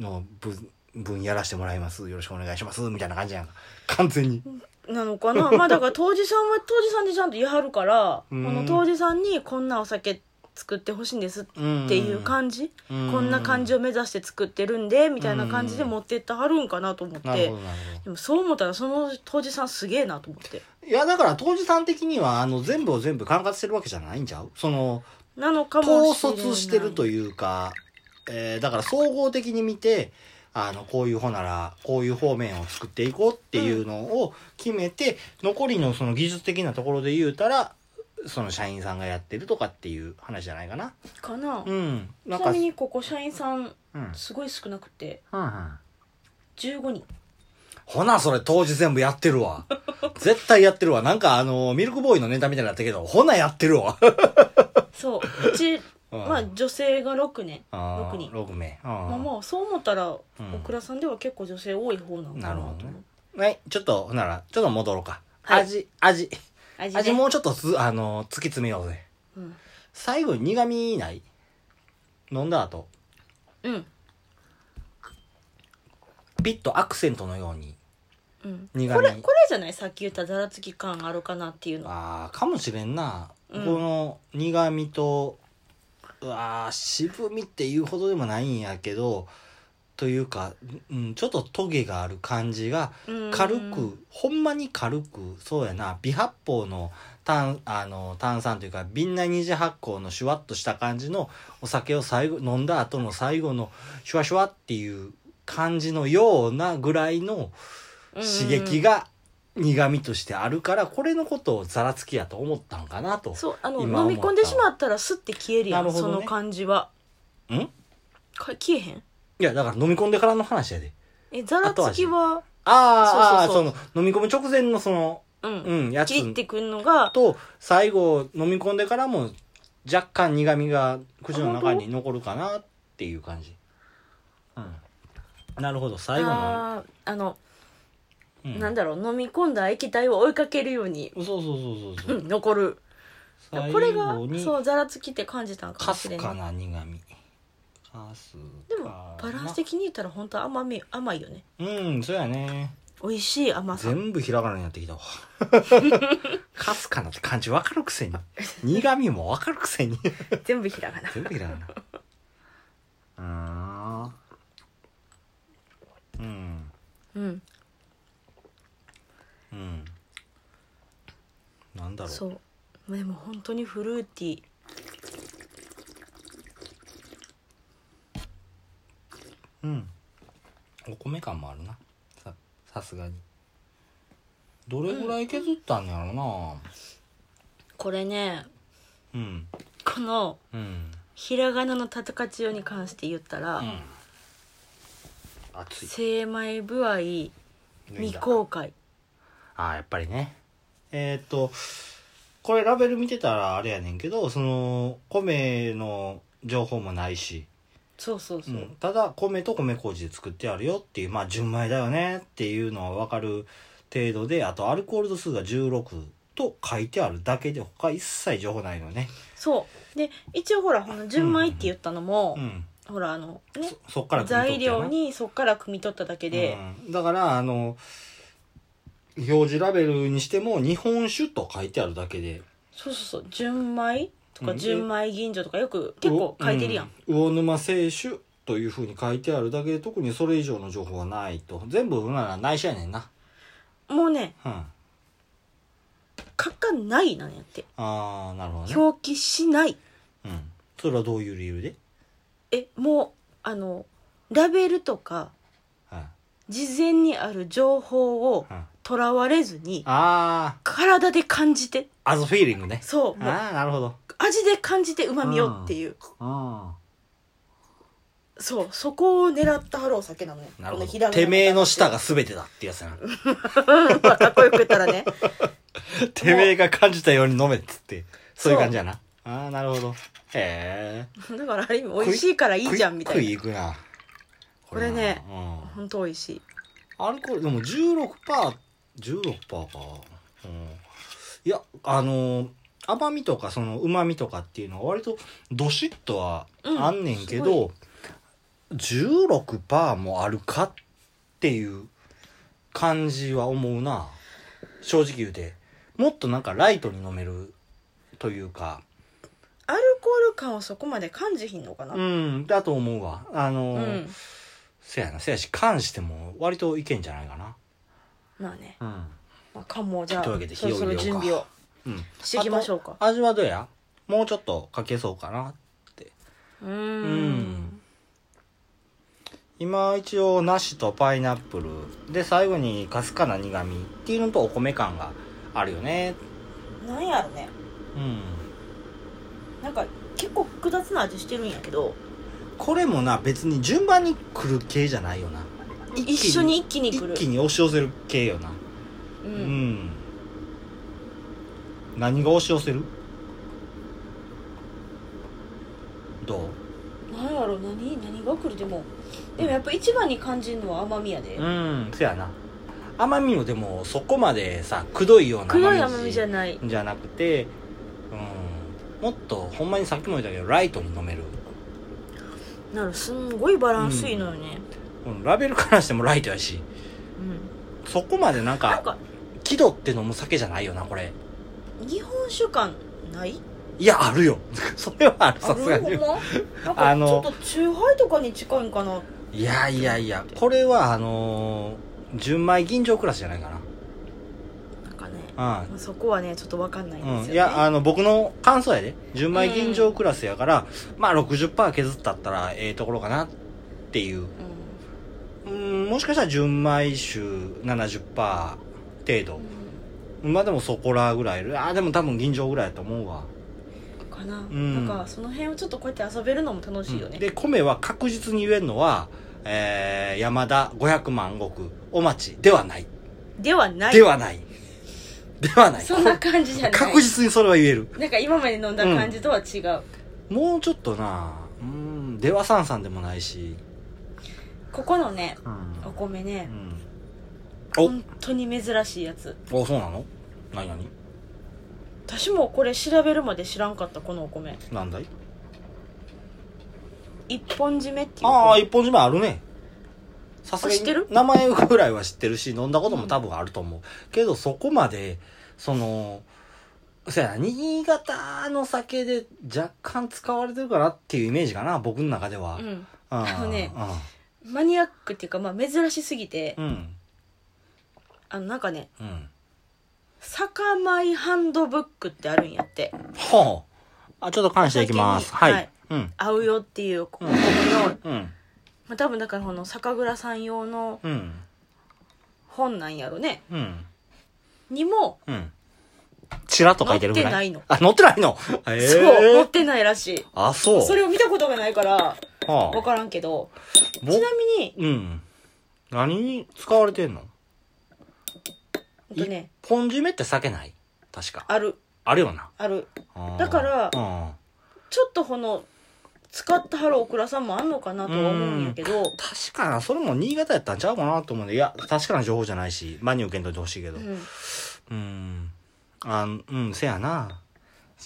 S2: の分、分やらせてもらいます。よろしくお願いします。みたいな感じやんか。完全に。
S1: なのか
S2: <laughs>
S1: なまあだから当時さんは当時さんでちゃんと言いはるからこ
S2: うん
S1: の当時さんにこんなお酒作ってほしいんですっていう感じ
S2: う
S1: こ
S2: ん
S1: んな感じを目指して作ってるんでみたいな感じで持ってってはるんかなと思っ
S2: なる
S1: て
S2: ほど、なるほど。
S1: でもそう思ったらその当時さんすげえなと思って
S2: いや、だから、当時さん的には、あの、全部を全部管轄してるわけじゃないんちゃうその、
S1: なのかも
S2: 統
S1: しれない
S2: 率してるというか、えーだから総合的に見て、あの、こういう方なら、こういう方面を作っていこうっていうのを決めて、残りのその技術的なところで言うたら、その社員さんがやってるとかっていう話じゃないかな。
S1: かな
S2: うん。なん
S1: ちな
S2: か、う
S1: み
S2: ん。
S1: にここ社員さん
S2: うん
S1: すごい少なくて
S2: うん
S1: 15人
S2: ほな、それ当時全部やって
S1: <laughs>
S2: るわ。絶対やってるわ。なんかあの、ミルクボーイのネタみたいになったけど、ほなやってるわ。
S1: そううち
S2: うん
S1: まあ女性が6年
S2: <laughs> あー
S1: 6人
S2: 六名。うん
S1: まあまあそう思ったら
S2: ん
S1: オクラさんでは結構女性多い方なのか
S2: な
S1: な
S2: る
S1: と
S2: ほ
S1: 思
S2: ど
S1: う
S2: ね。はい、ちょっと、ほんなら、ちょっと戻ろうか。
S1: はい
S2: 味、味。
S1: 味ね
S2: 味もうちょっとつ、あの、突き詰めようぜ。
S1: うん
S2: 最後に苦味ない飲んだ後、
S1: うん
S2: ピッとアクセントのように
S1: うん
S2: 苦味。
S1: これこれじゃないさっき言ったざらつき感あるかなっていうの
S2: ああ、かもしれんな。
S1: うん
S2: この苦味と、うわー渋みっていうほどでもないんやけど、というか、うん、ちょっとトゲがある感じが、
S1: うん
S2: 軽くほんまに軽くそうやな微発泡の炭あの炭酸というか瓶内二次発酵のシュワッとした感じのお酒を最後飲んだ後の最後のシュワシュワっていう感じのようなぐらいの刺激
S1: が
S2: が苦味としてあるから、これのことをざらつきやと思ったんかなと。
S1: そうあの
S2: 今思
S1: 飲
S2: っ
S1: み
S2: た
S1: 込んでしまったらスッて消えるやん
S2: なるほど
S1: そ
S2: ね
S1: の感じは
S2: んい
S1: か消えへん
S2: や、だから飲み込んでからの話やで。
S1: えざらつきは
S2: ああ、
S1: そう
S2: そ
S1: そう
S2: の、飲み込む直前のその、
S1: う
S2: うんん、やつ
S1: 切ってくんのが
S2: と、最後、飲み込んでからも、若干苦味が口の中に残るかなっていう感じ。うん。なるほど、最後の。
S1: あーあの、
S2: うん
S1: なんだろう飲み込んだ液体を追いかけるように、
S2: そうそうそうそう
S1: う
S2: そう。
S1: ん、残る
S2: 最
S1: これが
S2: 後に
S1: そうざらつきって感じたんか
S2: か
S1: もし
S2: す
S1: れん
S2: か
S1: ね
S2: な苦味かす
S1: で
S2: か
S1: も
S2: な
S1: バランス的に言ったら本当甘み甘いよね
S2: うんそうやね
S1: 美味しい甘さ
S2: 全部ひらがなになってきた
S1: <laughs>
S2: わかすかなって感じ分かるくせに苦味も分かるくせに
S1: 全部ひらが
S2: <laughs>
S1: な
S2: 全部ひらがなうーんうん
S1: うん
S2: うんなんだろう
S1: そうでも本当にフルーティー
S2: うんお米感もあるなささすがにどれぐらい削ったんやろ
S1: これね
S2: なうん
S1: この
S2: うん
S1: ひらがなのたたかちよに関して言ったら、
S2: うん、熱い
S1: 精米部合未公開
S2: ああやっぱりねえーっとこれラベル見てたらあれやねんけどその米の情報もないし、
S1: そうそうそうう、
S2: ん、ただ米と米麹で作ってあるよっていうまあ純米だよねっていうのは分かる程度であとアルコール度数が16と書いてあるだけで他一切情報ないのね
S1: そうで一応ほらこの純米って言ったのも、
S2: うん
S1: ほらあのね
S2: そそっから汲み取
S1: 材
S2: ってやな
S1: 料にそっから汲み取っただけで、
S2: うん、だからあの表示ラベルにしても日本酒と書いてあるだけで
S1: そうそうそう純米と
S2: う
S1: か
S2: ん
S1: 純米吟醸とかよく結構書いてるやん、
S2: う魚沼清酒というふうに書いてあるだけで特にそれ以上の情報はないと全部なら内緒やねんな
S1: もうね
S2: うんあ
S1: 書かないなんやって
S2: あーなるほどね、
S1: 表記しない
S2: うん、それはどういう理由で、
S1: えもうあのラベルとか
S2: はい
S1: 事前にある情報を
S2: うん、あ
S1: とらわれずに
S2: あ
S1: 体で感じて
S2: アズフィーリングね
S1: そうもう
S2: ああなるほど
S1: 味で感じてうまみをっていう、
S2: あ
S1: そうそこを狙ったはろう酒なのよ
S2: あなるほ
S1: このひら
S2: ど
S1: が
S2: てめえの舌
S1: が
S2: が全てだってやつやな
S1: <laughs> まあかっこよく言ったらね
S2: <laughs> てめえが感じたように飲めっつってそういう感じやなああなるほどへえ
S1: だからある意味美味しいからいいじゃんみた
S2: クイ
S1: い
S2: ックいくなこ
S1: れね
S2: うん
S1: な本当美味しい
S2: アルコールでも16パー16パーかうんいやあのー甘みとかその旨みとかっていうのは割とどしっとは
S1: うん
S2: あんねんけど、16パーもあるかっていう感じは思うな正直言うてもっとなんかライトに飲めるというか
S1: アルコール感をそこまで感じひんのかなう、
S2: うんんだと思うわあのー、せやなせやし関しても割といけんじゃないかな
S1: まあね、
S2: うん
S1: まあ、かもじゃあ
S2: というわけで
S1: そろそろ準備を
S2: うん
S1: していきましょうか
S2: あと味はどうやもうちょっとかけそうかな
S1: うー
S2: うん今一応梨とパイナップルで最後にかすかな苦味っていうのとお米感があるよね
S1: なんやろね
S2: うん
S1: なんか結構複雑な味してるんやけど
S2: これもな別に順番に来る系じゃないよな
S1: 一緒に一気に来
S2: 一
S1: る
S2: 気に押し寄せる系よな
S1: う
S2: うん、
S1: ん、
S2: 何が押し寄せるどう
S1: なんやろ何何が来るでもでもやっぱ一番に感じるのは甘みやで
S2: うんそやな甘みもでもそこまでさくどいような
S1: 黒い甘みじゃ
S2: な
S1: ない
S2: じゃなくて、うん、もっとほんまにさっきも言ったけどライトに飲める、
S1: なるすんごいバランスいいのよね、
S2: うん、ラベルからしてもライトやし
S1: うん
S2: そこまでなん
S1: なん
S2: か
S1: か
S2: 気取って飲む酒じゃないよなこれ
S1: 日本酒感ない
S2: いやあるよ <laughs> それはある
S1: あ
S2: さすが
S1: る
S2: に
S1: ほん
S2: <laughs>
S1: まなんかち
S2: あの
S1: ょっとチューハイとかに近いんかない
S2: やいやいやこれはあのー純米吟醸クラスじゃないか
S1: なんかね
S2: なう
S1: ま
S2: ん
S1: あそこはねちょっとわかんないんですよ、ね
S2: うん、いやあの僕の感想やで純米吟醸クラスやから、まあ60%削ったったらええところかなっていう
S1: うん
S2: もしかしたら純米酒70%程度まあでもそこらぐらいああでも多分吟醸ぐらいやと思うわ
S1: かな、
S2: ん
S1: なんかその辺をちょっとこうやって遊べるのも楽しいよね、
S2: で米は確実に言えるのは、えー、山田500万石お待ちではない、
S1: ではない
S2: ではないではない
S1: そんな感じじゃない
S2: 確実にそれは言える
S1: なんか今まで飲んだ感じとは違う、
S2: もうちょっとなうんではさんさんでもないし
S1: ここのね
S2: うん
S1: お米ね、
S2: う
S1: 本
S2: ん、
S1: 当に珍しいやつ
S2: おおそうなの何何
S1: 私もこれ調べるまで知らんかったこのお米
S2: なんだい
S1: 一本締めっていう
S2: ああ
S1: 米
S2: 一本締めあるねさすがに
S1: 知ってる
S2: 名前ぐらいは知ってるし飲んだことも多分あると思う、けどそこまでそのそやな新潟の酒で若干使われてるかなっていうイメージかな僕の中では、
S1: うん
S2: あ
S1: あのねマニアックっていうか、まあ、珍しすぎて、
S2: うんうん
S1: あのなんかね
S2: うん
S1: 「酒米ハンドブック」ってあるんやって
S2: ほうあちょっと感謝いきますは
S1: 先
S2: い、
S1: にはい
S2: うん
S1: 合うよっていうお米の、
S2: うん
S1: まあ、多分だからこの酒蔵さん用の
S2: うん
S1: 本なんやろね
S2: うん
S1: にも
S2: うんちらっと書いてるぐ
S1: 載
S2: らい
S1: ってないの
S2: あ載ってないのええ
S1: そう載ってないらしい
S2: あそう
S1: それを見たことがないから
S2: はあ
S1: 分からんけど
S2: ぼ
S1: ちなみに
S2: うん。何に使われてんの
S1: ほんとね
S2: 一本締めって酒ない確か。
S1: ある
S2: あるよな。
S1: ある
S2: あー
S1: だから
S2: うん。
S1: ちょっとこの使ってはるオクラさんもあんのかなとは思うんやけど
S2: 確かな、それも新潟やったんちゃうかなと思うんで、いや、確かな情報じゃないし、マニュ受けんといてほしいけど。
S1: うん
S2: うん。あんうん、せやな。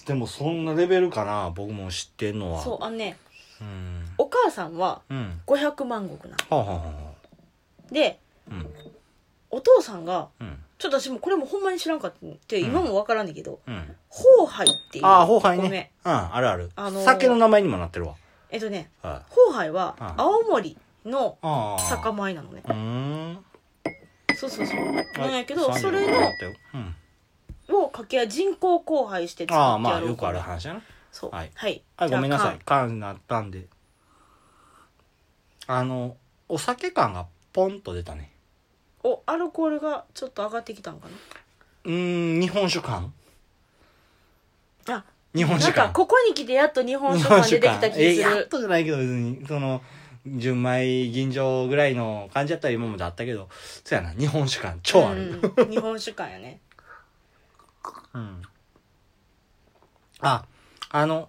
S2: でもそんなレベルかな、僕も知ってんのは。
S1: そうあのね
S2: う。うん。
S1: お母さんは
S2: うん。
S1: 500万石なん
S2: はあ、はあは
S1: で
S2: あ、うん。
S1: お父さんが
S2: うん。
S1: ちょっと私もこれもほんまに知らんかったって今もわからんねんけど
S2: うん。
S1: 宝杯っていう
S2: ああ、ほうはい
S1: お
S2: ね
S1: 米。
S2: うん、あるある、
S1: あのー
S2: 酒の名前にもなってるわ。
S1: えっとね
S2: はい。
S1: 宝杯は
S2: うん
S1: 青森の
S2: ああ。
S1: 酒米なのね
S2: うーん。
S1: そうそうそうなんやけど
S2: はい
S1: それ
S2: 30
S1: の
S2: だったようん、
S1: を掛け合い人工交配して作ってやろう
S2: ああまあよくある話やな
S1: そう
S2: はい
S1: はい
S2: あごめんなさ
S1: じ
S2: い缶になったんであのお酒感がポンと出たね
S1: ゃあおアルコールがちょっと上がってきたんか
S2: うーん日本酒感
S1: なあ
S2: 日本
S1: なん
S2: 酒
S1: か
S2: 感
S1: ここに来てやっと日本
S2: 日
S1: 酒感
S2: 本
S1: 出
S2: 酒
S1: てき
S2: 感
S1: た気
S2: え
S1: す
S2: やっ
S1: る
S2: とじゃないけど別にその純米吟醸ぐらいの感じやったら今まであったけどそうやな日本酒感超ある、
S1: うん日本酒感やね
S2: うんあ、あの、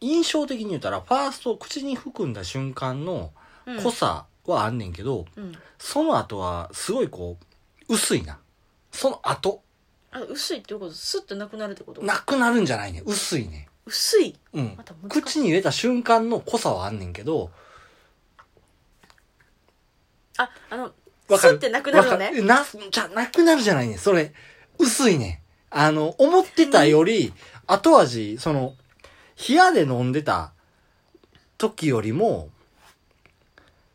S2: 印象的に言ったら、ファースト口に含んだ瞬間の
S1: うん
S2: 濃さはあんねんけど、
S1: うん
S2: その後はすごいこう、薄いな。その後、
S1: あ薄いっていうことスッとなくなるってこと
S2: なくなるんじゃないね。薄いね。
S1: 薄い
S2: うん
S1: また難。しい
S2: 口に入れた瞬間の濃さはあんねんけど、
S1: ああの
S2: わ
S1: ス
S2: かる
S1: ッてなくなるの
S2: わか
S1: ね
S2: るな、じゃ、なくなるじゃないね。それ、薄いね。あの、思ってたより、後味、その、冷やで飲んでた時よりも、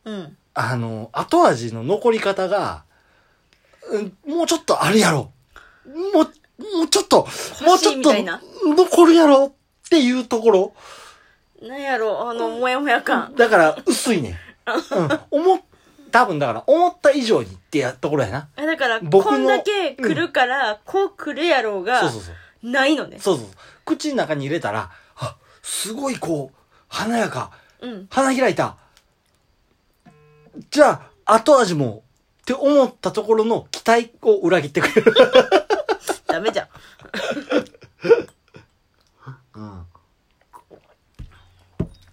S1: うん
S2: あの、後味の残り方が、うんもうちょっとあるやろ。もう、もうちょっと、もうち
S1: 欲し
S2: ょっ
S1: いみた
S2: と
S1: いな、
S2: 残るやろっていうところ。
S1: なんやろあのモヤモヤ感
S2: だから、薄いね。うん。思っ、多分だから、思った以上にってやところやな。
S1: あだから
S2: 僕の
S1: こんだけ来るからこう来るやろう
S2: そう
S1: が
S2: そうそう。
S1: ないのね
S2: そうそうそう。口の中に入れたら、あ、すごいこう、華やか、
S1: うん
S2: 花開いた。じゃあ、後味も、って思ったところの期待を裏切ってくれる。
S1: ダメじゃん
S2: うん。そ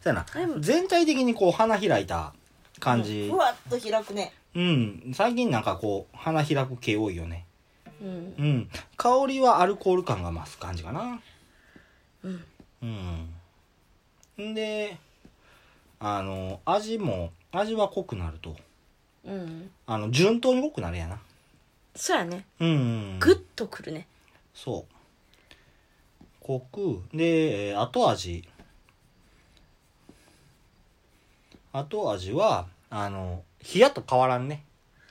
S2: うやな
S1: でも。
S2: 全体的にこう、花開いた感じ
S1: ふ。わっと開くね
S2: うん。最近なんかこう、花開く系多いよね。
S1: うん
S2: うん。香りはアルコール感が増す感じかな。
S1: うん
S2: うん。んで、あの、味も、味は濃くなると。
S1: うん
S2: あの、順当に濃くなるやな。
S1: そうやね
S2: うんうん。
S1: グッとくるね
S2: そう。濃く、で、えー後味。後味は、あの、冷やと変わらんね。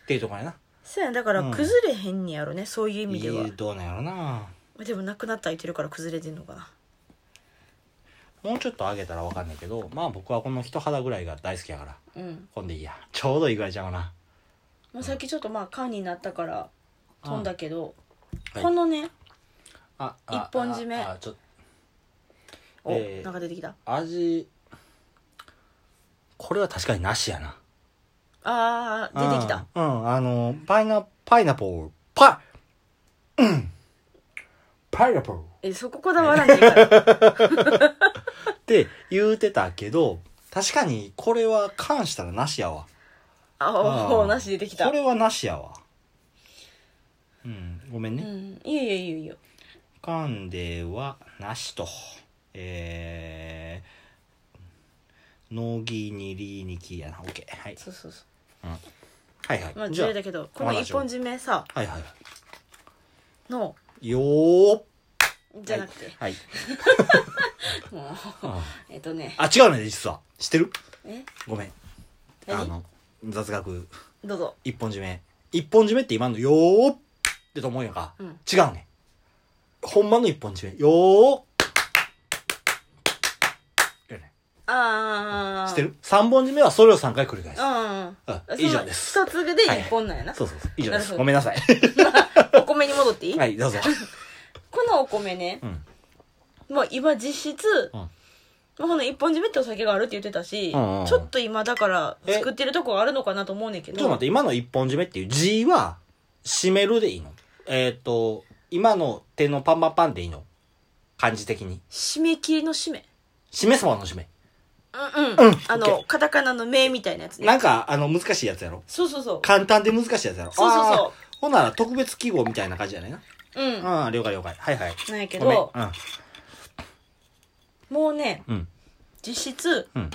S2: っていうとこやな。
S1: そうやねだから
S2: うん
S1: 崩れへんねやろねそういう意味では
S2: どうなんやろな。
S1: でもなくなったら言ってるから崩れてんのかな
S2: もうちょっと上げたらわかんないけどまあ僕はこの人肌ぐらいが大好きやから
S1: うん
S2: こんでいいやちょうどいいぐらいちゃうな
S1: まあ、さっきちょっとまあ缶になったから飛んだけど、
S2: はい
S1: このね
S2: ああ
S1: 一本締め
S2: ああちょっと
S1: お、
S2: えー
S1: なんか出てきた
S2: 味これは確かになしやな
S1: あー出てきた
S2: うん、うんあのパイナパイナポールパイ、うん、パイナポール
S1: えそここだわらんでいい
S2: <laughs>
S1: から
S2: って言うてたけど確かにこれは関したらなしやわ
S1: あ
S2: あ
S1: お
S2: ー
S1: おなし出てきた
S2: これはなしやわうんごめん
S1: う
S2: ね、
S1: んいいよいいよいいよ
S2: カンデはなしとえー、ノギニリニキやなオッケーはい
S1: そうそうそ
S2: はいはいう
S1: まあ
S2: じゃ
S1: 重
S2: あ
S1: 要だけどこの一本締めさ
S2: はいはいは
S1: の
S2: いよー
S1: じゃなくて、
S2: はい、
S1: もう
S2: うん
S1: えっとね
S2: あ違うね実は知ってる
S1: え
S2: ごめんあ
S1: 何
S2: の雑学
S1: どうぞ
S2: 一本締め一本締めって今の「よー」ってと思うやんか、
S1: うん
S2: 違うねほんまの一本締め「よー」よね
S1: ああ
S2: 知ってる三本締めはそれを三回繰り返す、
S1: う
S2: うんん以上です
S1: その一つで一本なんやな、
S2: そうそうそう以上
S1: な
S2: で
S1: るほ
S2: す
S1: ど
S2: ごめんなさい
S1: お米に戻っていい、
S2: はい
S1: <laughs>
S2: どうぞ
S1: このお米ね
S2: うん
S1: もう今実質、
S2: うん
S1: まあ、この一本締めってお酒があるって言ってたし、
S2: うんうんうん
S1: ちょっと今だから
S2: え
S1: 作ってるとこがあるのかなと思うねんけ
S2: ちょ
S1: ど
S2: っと待って今の一本締めっていう字は締めるでいいのえっ、と今の手のパンパンパンでいいの漢字的に
S1: 締め切りの締め
S2: 締め様の締め
S1: うんうん、
S2: うん
S1: あ
S2: オッケ
S1: のカタカナの「名」みたいなやつね
S2: なんかあの難しいやつやろ
S1: そうそうそ
S2: 簡単で難しいやつやろ
S1: そうそうそう
S2: あーほんなら特別記号みたいな感じやねんな
S1: ううん
S2: ああ了解了解はいはい
S1: なんやけ
S2: ごめん
S1: どもうね
S2: うんうん
S1: 実質
S2: うん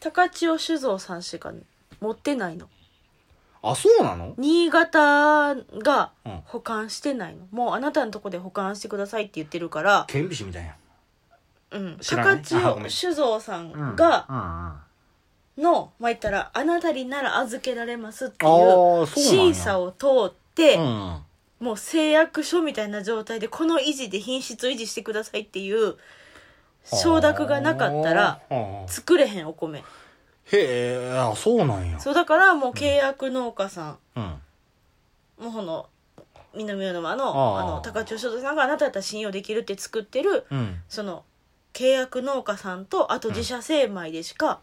S1: 高千代酒造さんしか持ってないの
S2: あそうなの
S1: 新潟が
S2: うん
S1: 保管してないの、もうあなたのとこで保管してくださいって言ってるから、
S2: 顕微鏡みたいな
S1: うん、
S2: 知らな
S1: 高
S2: い
S1: 千
S2: あごめ
S1: 代
S2: ん
S1: 酒造さんが
S2: が
S1: の、まあ、言ったらあなたになら預けられますってい
S2: あー
S1: う
S2: そうなんや
S1: 審査を通って、
S2: うんうんうん
S1: もう誓約書みたいな状態でこの維持で品質を維持してくださいっていう承諾がなかったら
S2: あー
S1: 作れへんお米
S2: へえあそうなんや
S1: そうだからもう契約農家さん、
S2: うん
S1: もうこの南魚沼
S2: あ
S1: の
S2: あ
S1: あの高千代所さんがあなたやったら信用できるって作ってる
S2: うん
S1: その契約農家さんとあと自社精米でしか、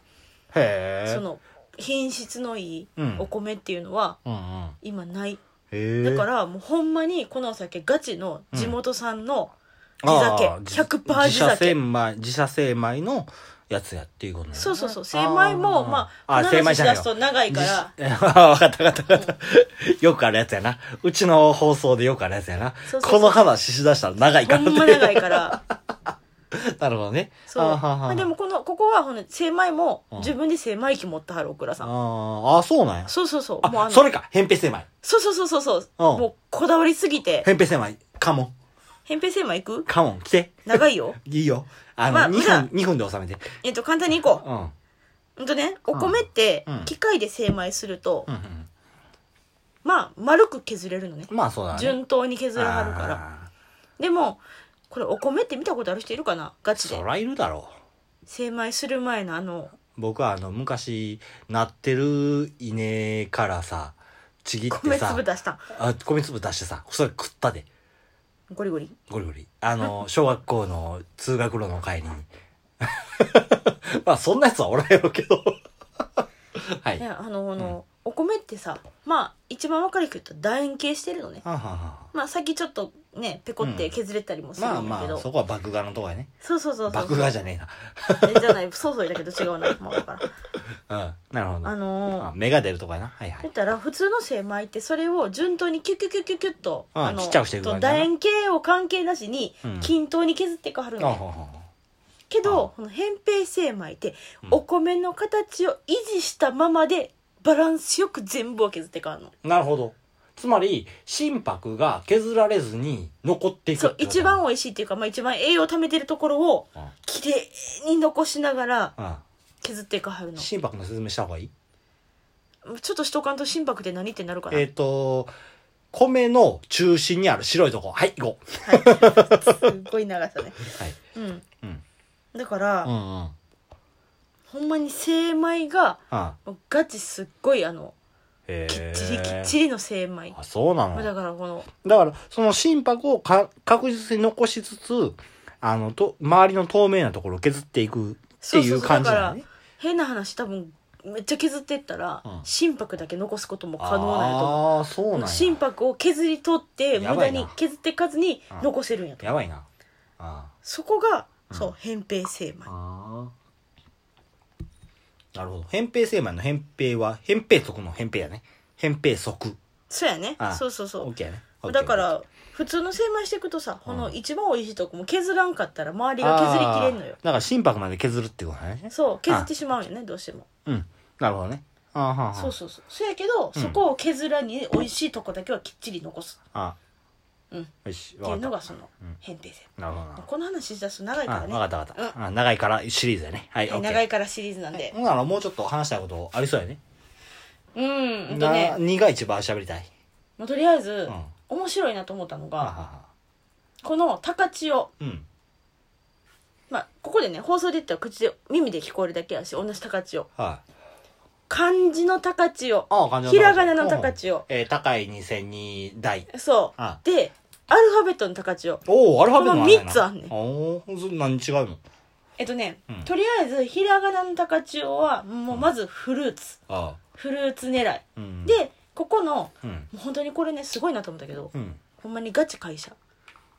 S2: へえ
S1: その品質のいい
S2: うん
S1: お米っていうのは
S2: うんうん
S1: 今ない、
S2: へえ
S1: だかららもうほんまにこのお酒ガチの地元産の地酒、
S2: あーじ
S1: 100%
S2: 自
S1: 地
S2: 社
S1: 酒
S2: 精米自社精米のやつやっていうことね
S1: そうそうそう精米も
S2: あー
S1: まあ
S2: あ
S1: この
S2: 精米
S1: 話し
S2: じゃない
S1: 出す
S2: わ
S1: と長いから
S2: 自わかったわかったわかった。よくあるやつやな。うちの放送でよくあるやつやな。
S1: そうそうそう
S2: この話しだしたら長いか
S1: ほ
S2: らって
S1: んま長いから
S2: <laughs> なるほどね。
S1: そう
S2: あーはーはー
S1: まあでもこのここはほんで精米も
S2: うん
S1: 自分で精米機持ってはるオクラさん
S2: あーあー、そうなんや。
S1: そうそうそう。もうあ
S2: あ、
S1: の
S2: それか。扁平狭い。
S1: そうそうそうそうそう。もうこだわりすぎて。
S2: 扁平狭い。カモン。
S1: 扁平精米行く
S2: カモン、来て。
S1: 長い
S2: <laughs>
S1: よ。
S2: いいよ。あ
S1: まあ
S2: の、二
S1: まだ
S2: 分、二分で収めて。
S1: えっと、簡単に行こ
S2: うん。うん
S1: う。うんとね、お米って
S2: うん
S1: 機械で精米すると、
S2: うん。
S1: まあ、丸く削れるのね。
S2: まあ、そうだね。
S1: 順当に削らはるから。
S2: ら。
S1: でも、これお米って見たことある人いるかなガチ
S2: そ
S1: で。
S2: らいるだろう。
S1: 精米する前のあ
S2: <laughs>
S1: の、
S2: 僕はあの、昔、なってる稲からさ、ちぎって
S1: 米
S2: さ、
S1: 粒出したん。
S2: あ米粒出してさ、それ食ったで。
S1: ゴリゴリ。
S2: ゴリゴリ。あ
S1: <laughs>
S2: の、小学校の通学路の帰りに。 <laughs> まあ、そんなやつはおらんやろうけど。 <laughs> はい。
S1: ね、
S2: は
S1: あの、あの、お米ってさ、まあ、一番わかりやすく言うと楕円形してるのね。
S2: あはあは
S1: まあ、さっきちょっとね、ペコって削れたりも
S2: あ
S1: するん
S2: まあ
S1: だけど。
S2: まあ、そこは爆画のとこやね。
S1: そうそうそうそう。
S2: 爆画じゃね
S1: えじゃない、そうそうだけど違うな、もうだから。
S2: えな。うん。なるほど。
S1: あのー、
S2: あ目が出るとこやな。はいは
S1: だっ
S2: い。
S1: たら普通の精米ってそれを順当にキュキュキュキュキュッと、
S2: う
S1: の
S2: んちっちゃくしていく
S1: と
S2: 感じだな
S1: 楕円形を関係なしに
S2: うん
S1: 均等に削っていかはる
S2: あは
S1: の、
S2: あ
S1: ね
S2: は
S1: け
S2: あ
S1: どこの扁平精米って
S2: うん
S1: お米の形を維持したままでバランスよく全部を削っていかはるの
S2: あなるほど。つまり、心拍が削られずに残っていく
S1: そ
S2: っ
S1: う
S2: てこと
S1: 一番美味しいっていうか、まあ、一番栄養を貯めてるところを
S2: うん
S1: きれいに残しながら
S2: う
S1: 削っていかはる
S2: ん。
S1: のち
S2: 心拍の説明した方がいい
S1: ょっとしとかんと心拍って何ってなるかな、
S2: えっ、と、米の中心にある白いとこ。はい、行こう。
S1: はい、すっごい長さね
S2: はい。
S1: うん
S2: うん。
S1: だから、
S2: うんうんあ
S1: ほんまに精米が
S2: あ
S1: ガチすっごいあの
S2: へ
S1: きっ
S2: え
S1: ちりきっちりの精米
S2: あそうなの
S1: まあだからこの
S2: だから、その心拍をか確実に残しつつ、あの、と、周りの透明なところを削っていくっていう感じだね。
S1: 変な話多分めっちゃ削ってったら、
S2: うん
S1: 心拍だけ残すことも可能なんやと思う
S2: ああー、そうなんや。
S1: 心拍を削り取って
S2: や
S1: 無
S2: ば
S1: 駄
S2: いな
S1: に削っていかずに
S2: うん
S1: 残せるんやと
S2: やばいな。あ
S1: そこが、そうう扁平精米
S2: ーあー。なるほど。扁平精米の扁平は、扁平足の扁平やね。扁平足。
S1: そうやね
S2: あ
S1: そうそうそ
S2: オッ
S1: う
S2: ケーやね。オッケー
S1: だか、ら普通の精米していくとさ、この一番美味しいとこも削らんかったら周りが削りきれんのよ
S2: あーだから心拍まで削るってことだね。
S1: そう削ってしまうよねどうしても
S2: うん。なるほどね。あーはーはー
S1: そうそうそうそうやけど、
S2: うん
S1: そこを削らに美味しいとこだけはきっちり残す
S2: あ
S1: うんっ
S2: よし、
S1: ていう
S2: わか
S1: の
S2: っ
S1: がその
S2: うん
S1: 扁平性、
S2: た。なるほどな。
S1: この話しだすと長いから
S2: あ
S1: ね
S2: 分かった分かった、あ長いからシリーズやねはい、
S1: はい
S2: OK
S1: 長いからシリーズなんで、
S2: ほんならもうちょっと話したいことありそうやね
S1: うんほんと
S2: な
S1: ね
S2: 2が一番喋りたい
S1: もうとりあえず
S2: うん、
S1: 面白いなと思ったの
S2: はは
S1: が
S2: は
S1: この高千代
S2: うん
S1: まあここでね放送で言ったら口で耳で聞こえるだけやし同じ高千代
S2: はい
S1: 漢字の高千代
S2: ああ感
S1: ひらがなの高千代
S2: えー、高い2002台
S1: そう
S2: あ
S1: でアルファベットの高千代
S2: おおアルファベットも
S1: この三つあんねん
S2: おお何違うの
S1: えっとね、
S2: うん
S1: とりあえずひらがなの高千代はもうまずフルーツ、
S2: ああ
S1: フルーツ狙い
S2: うん
S1: でここのも
S2: うん
S1: う本当にこれねすごいなと思ったけど、
S2: うん
S1: ほんまにガチ会社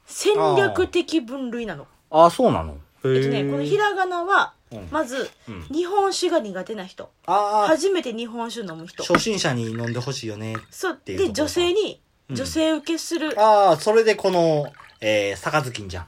S1: 戦略的分類なの
S2: ああそうなの
S1: え
S2: へ
S1: っとねこのひらがなは
S2: うん
S1: まず
S2: うん
S1: 日本酒が苦手な人
S2: ああ
S1: 初めて日本酒飲む人
S2: 初心者に飲んでほしいよね
S1: そう
S2: ていうと
S1: で
S2: ころ
S1: 女性に
S2: うん
S1: 女性受けする
S2: ああそれでこのえー、杯じゃん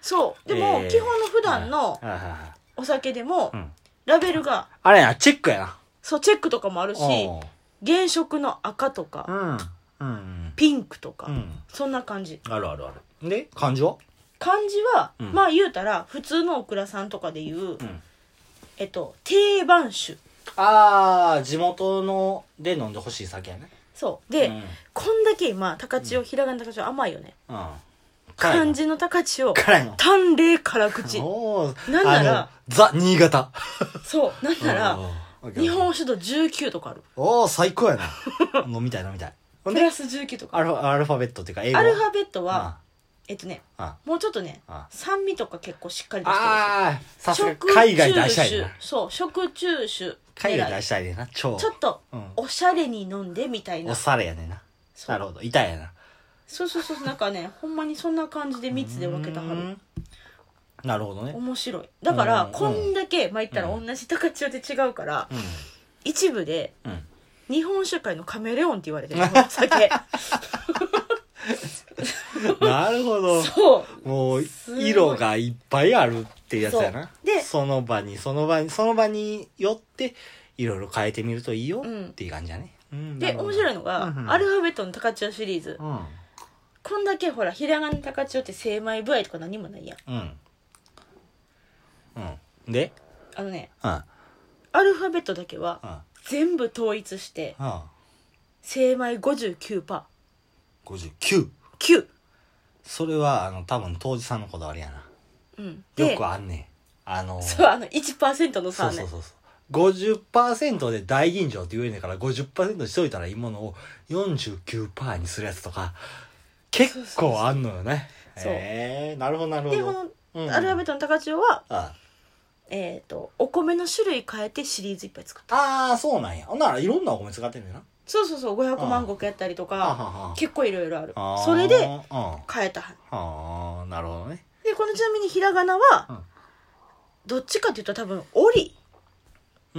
S1: そうで
S2: え
S1: も
S2: ー
S1: 基本の普段の
S2: はいはいはいはい
S1: お酒でも
S2: うん
S1: ラベルが
S2: あれやなチェックやな
S1: そうチェックとかもあるし
S2: おー
S1: 原色の赤と
S2: う
S1: か
S2: んうん
S1: ピンクとか
S2: うん
S1: そんな感じ
S2: あるあるあるで漢字は
S1: 漢字は
S2: うん
S1: まあ言うたら普通のオクラさんとかで言う
S2: うん
S1: えっと定番酒
S2: ああ地元ので飲んでほしい酒やね
S1: そうで、
S2: うん
S1: こんだけ今高千代ひらがな高千代甘いよね
S2: うん
S1: 漢字の高千代
S2: 辛いの
S1: 淡麗辛口
S2: おー
S1: なんなら
S2: あのザ新潟
S1: そうなんなら
S2: うん
S1: 日本酒度19とかある
S2: おお最高やな飲みたい飲みたいほん
S1: プ
S2: で
S1: ラス19とか
S2: アルファアルファベットっていうか英語
S1: アルフ
S2: ァ
S1: ァベットはえっとね
S2: あ
S1: もうちょっとね
S2: あ
S1: 酸味とか結構しっかり出してる
S2: あーさすが
S1: 食中
S2: 海外出したい
S1: 酒
S2: な
S1: そう食中酒
S2: 海
S1: 狙
S2: 外出
S1: い
S2: したいねんな超
S1: ちょっと
S2: うん
S1: おしゃれに飲んでみたい
S2: お
S1: な
S2: されやねんな
S1: そう
S2: なるほど痛いやな
S1: そうそうそうなんかねほんまにそんな感じで3つで分けたは
S2: う
S1: る
S2: んなるほどね
S1: 面白いだから
S2: うん
S1: こんだけまあ言ったら同じ高千代で違うから
S2: う
S1: 一部で
S2: んうん
S1: 日本酒界のカメレオンって言われ
S2: <laughs>
S1: てるこの酒
S2: なるほど。
S1: そう
S2: もう
S1: す、ごい
S2: 色がいっぱいあるっていうやつやな
S1: そ。うで
S2: その場に、その場に、その場によって、いろいろ変えてみるといいよ
S1: うん
S2: っていう感じだね。うん、
S1: で面白いのが、アル
S2: る
S1: ファベットの高千代シリーズ
S2: ほどうん。
S1: こんだけほらひらがな高千代って精米具合とか何もないやん
S2: うん。うん。で、
S1: あのね
S2: うん。うん。
S1: アルファベットだけは
S2: うん。
S1: 全部統一して
S2: うん。
S1: 精米59パ
S2: 59。
S1: ー9
S2: それは、あの、多分、当時さんのこだわりやな。
S1: うん
S2: よ
S1: で
S2: くあんねん。あのー、
S1: そうあの1%の
S2: そ
S1: 差
S2: う
S1: ね
S2: そうそうそう。50%で大吟醸って言えねえから50%にしといたらいいものを49%にするやつとか、結構あんのよね。
S1: そうそうそう
S2: えー、なるほどなるほ
S1: で
S2: ど。
S1: こ
S2: うん
S1: のアルファベットの高千代は、
S2: あ
S1: えっ、とお米の種類変えてシリーズいっぱい作った
S2: あー、そうなんや。ほんならいろんなお米使ってんねんな。
S1: そうそうそう500万石やったりと
S2: あ
S1: か
S2: はは
S1: 結構いろいろある
S2: あー
S1: それで
S2: うん。あ
S1: 変えたはん
S2: あ、なるほどね。
S1: でこのちなみにひらがな
S2: うん
S1: はどっちかっていうと多分折り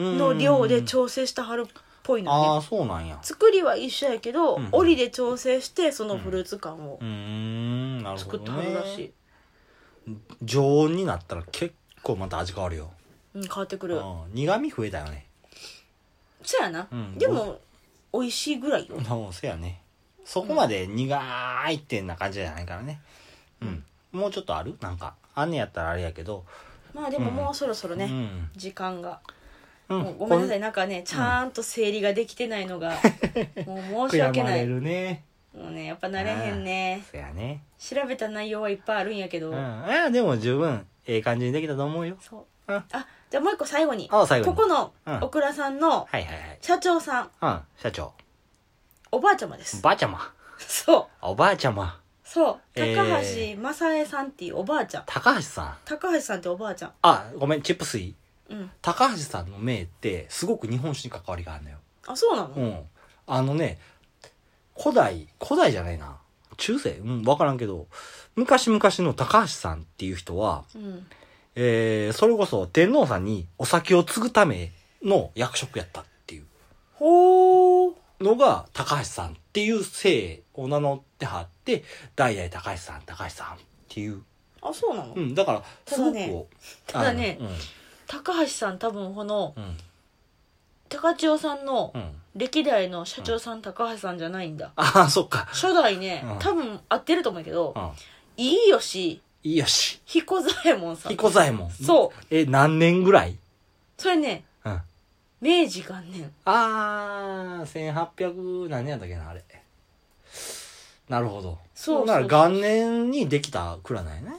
S1: の量で
S2: ょ
S1: 調整したはるっぽい
S2: あ
S1: の
S2: あ、
S1: ね
S2: そうなんや。
S1: 作りは一緒やけど
S2: うん
S1: 折りで調整してそのフルーツ感を
S2: うーん、なるほ
S1: 作
S2: ど、
S1: っ
S2: ね。
S1: たはるらしい、
S2: 常温になったら結構また味変わるよ。
S1: うん、変わってく
S2: う
S1: る
S2: ん、苦味増えたよね。
S1: そやな、
S2: うん
S1: でも美味しいぐらいよ
S2: もうせやねそこまで苦いってんな感じじゃないからねうん、もうちょっとあるなんかあんねやったらあれやけど
S1: まあでももうそろそろね、
S2: うん、
S1: 時間が
S2: う
S1: もうごめんなさい
S2: こ <laughs>
S1: なんかねちゃんと整理ができてないのがもう申し
S2: 悔や
S1: 訳
S2: ま
S1: な
S2: れ
S1: い
S2: るね
S1: もうねやっぱ慣れへんね
S2: そやね
S1: 調べた内容はいっぱいあるんやけど、
S2: うんああでも十分ええ感じにできたと思うよ
S1: そう
S2: うんはい
S1: あじゃあもう一個最後に
S2: あ最後に
S1: ここの
S2: うん
S1: 小倉さんの
S2: はいはい
S1: 社長さん、
S2: うん社長
S1: おばあちゃまで
S2: お
S1: す
S2: ばあちゃま
S1: <laughs> そう
S2: おばあちゃま
S1: そう高
S2: えー
S1: 橋正恵さんっていうおばあちゃん
S2: 高橋さん
S1: 高橋さんっておばあちゃん
S2: あごめんチップスイ
S1: うん
S2: 高橋さんの命ってすごく日本史に関わりがあるのよ
S1: あそうなの、
S2: うんあのね古代古代じゃないな中世うん分からんけど昔々の高橋さんっていう人は
S1: うん
S2: えー、それこそ天皇さんにお酒を継ぐための役職やったっていう
S1: ほー
S2: のが高橋さんっていう姓を名乗ってはって代々高橋さん高橋さんっていう、
S1: あそうなの、
S2: うん、だからすごく
S1: ただね
S2: こう
S1: ただね
S2: あの
S1: 高橋さん多分この
S2: うん
S1: 高千代さんの
S2: うんうん
S1: 歴代の社長さん、高橋さんじゃないんだ
S2: ああそっか
S1: 初代ね、
S2: うん
S1: 多分合ってると思うけど、
S2: うん
S1: いいよし
S2: いいよし
S1: 彦左衛門さん
S2: 彦左衛門
S1: そう
S2: え何年ぐらい、
S1: それね
S2: うん、あ
S1: 明治元年
S2: あ1800何年やったっけなあれなるほど
S1: そうそう
S2: だから元年にできた蔵なんやね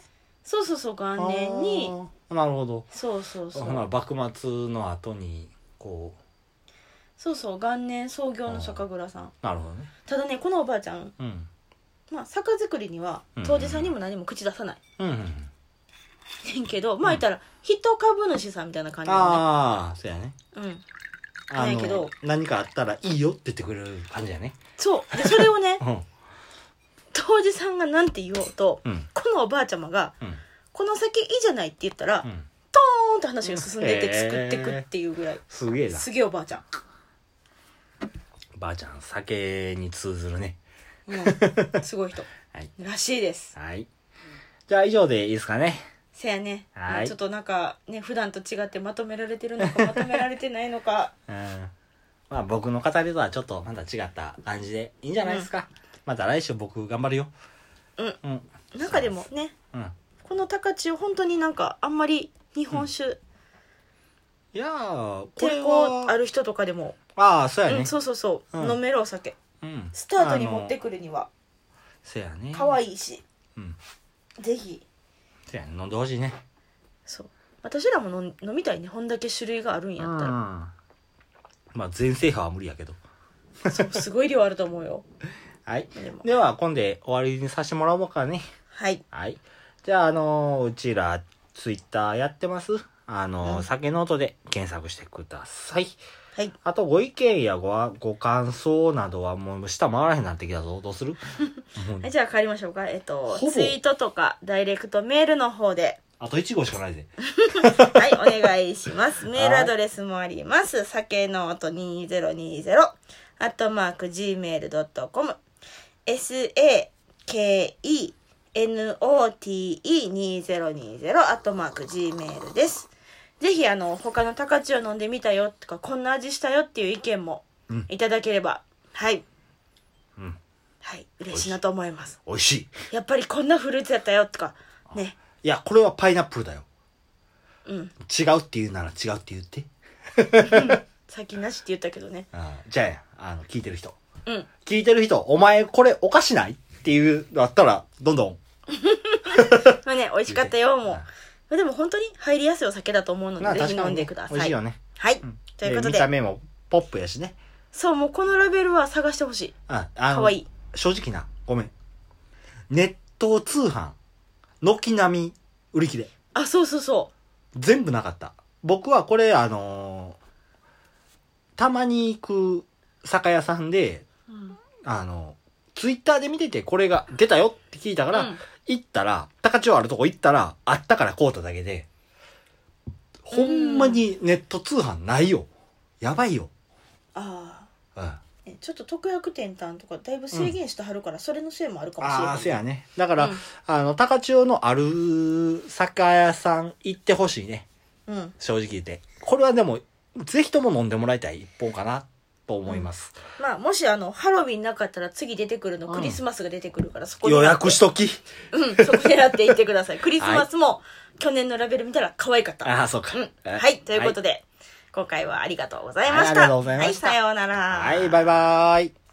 S1: そうそうそう元年に
S2: あーなるほど
S1: そうそうそ
S2: ほな
S1: う
S2: 幕末の後にこ
S1: そうそう元年創業の酒蔵さん
S2: うなるほどね
S1: ただねこのおばあちゃん、
S2: うん
S1: まあ、酒造りには
S2: うん
S1: 当時さんにも何も口出さない、 <laughs>
S2: うんうんうん、
S1: ねんけどまあ言ったら一株主さんみたいな感じだ
S2: ああそうやね
S1: ねうん
S2: あ
S1: ないけ
S2: の
S1: ど
S2: 何かあったらいいよって言ってくれる感じやね
S1: そうでそれをね <laughs>
S2: うん
S1: 当時さんが何て言おうと
S2: うん
S1: このおばあちゃまが
S2: うん
S1: 「この先いいじゃない」って言ったら、
S2: う
S1: ト
S2: ん
S1: ーンと話が進んでいって作ってくっていうぐらい、
S2: すげえな
S1: すげえおばあちゃん、
S2: ばあちゃん酒に通ずるね <laughs>
S1: うん、すごい人
S2: はい
S1: らしいです
S2: はいじゃあ以上でいいですかね
S1: せやね、
S2: はい
S1: まあちょっとなんかね普段と違ってまとめられてるのかまとめられてないのか
S2: うんまあ僕の語りとはちょっとまた違った感じでいいんじゃないですか、また来週僕頑張るよ
S1: うん
S2: うん
S1: なんかでもね
S2: うん
S1: この高千代本当になんかあんまり日本酒、
S2: いやーこれ
S1: 抵
S2: は
S1: 抗ある人とかでも、
S2: ああそうやね、
S1: うん、そうそうそう、
S2: うん
S1: 飲めるお酒
S2: うん
S1: スタートに持って
S2: あの
S1: くるには
S2: せやね
S1: 可愛いし、
S2: うん
S1: ぜひ
S2: せやね飲んでほしいね
S1: そう私らも飲ん飲みたいねこんだけ種類があるんやったら、
S2: まあ全制覇は無理やけど
S1: そうすごい量あると思うよ
S2: はい
S1: でも
S2: では今で終わりにさせてもらおうかね
S1: はい
S2: はいじゃああのーうちらツイッターやってますあのー
S1: うん
S2: 酒ノートで検索してください
S1: はい
S2: あとご意見やごあご感想などはもう下回らへんなってきたぞどう
S1: <laughs>
S2: するもう
S1: はいじゃあ帰りましょうかえっと
S2: ほぼ
S1: ツイートとかダイレクトメールの方で
S2: あと1号しかないぜ
S1: はい、お願いします。メールアドレスもあります。酒の音2020、アットマーク gmail.com、sakenote2020、アットマーク gmail です。ぜひ、あの、他の高千代飲んでみたよとか、こんな味したよっていう意見も
S2: うん
S1: いただければ、はい。
S2: うん
S1: はい、嬉しいなと思います。
S2: 美味しい
S1: やっぱりこんなフルーツやったよとか、ね。
S2: いやこれはパイナップルだよ
S1: うん。
S2: 違うって言うなら違うって言って
S1: 最近なしって言ったけどね。
S2: あじゃあやあの聞いてる人
S1: うん。
S2: 聞いてる人、お前これおかしないっていうのあったら、どんどん。
S1: まあね、美味しかったよ、もう。
S2: うん
S1: まあでも本当に入りやすいお酒だと思うの
S2: まあ
S1: で、ぜひ
S2: 確かに
S1: 飲
S2: ね
S1: んでください。
S2: 美味しいよね。
S1: はい。ということ
S2: 見た
S1: で、
S2: 目もポップやしね。
S1: そう、もうこのラベルは探してほしい。
S2: あ、あ
S1: かわいい
S2: 正直な、ごめん。ネット通販、軒並み売り切れ。
S1: あ、そうそうそ
S2: 全部なかった。僕はこれ、あのーたまに行く酒屋さんで、
S1: う。うん。
S2: あのツイッターで見ててこれが出たよって聞いたから、
S1: うん
S2: 行ったら、高千穂あるとこ行ったら、あったからこうただけで、ほんまにネット通販ないよ。やばいよ。
S1: ああ。
S2: うん、あ
S1: えちょっと特約店単とかだいぶ制限してはるから、それのせいもあるかもしれな
S2: あ
S1: い。
S2: ー、せやね。だから、
S1: うん
S2: あの、高千穂のある酒屋さん行ってほしいね。
S1: うん。
S2: 正直言って。これはでも、ぜひとも飲んでもらいたい一本かな、と思います。
S1: まあ、もしあの、ハロウィンなかったら次出てくるの、
S2: うん
S1: クリスマスが出てくるから、そこ
S2: 予約し
S1: と。
S2: とき。
S1: うん、そこ狙っていってくだ
S2: <laughs>
S1: さい。クリスマスも、去年のラベル見たら可愛かった。
S2: ああ、そうか。
S1: うん。はい。ということで、今回はありがとうございました。
S2: はいありがとうございました
S1: はい、さようなら。
S2: はい。はい、バイバーイ。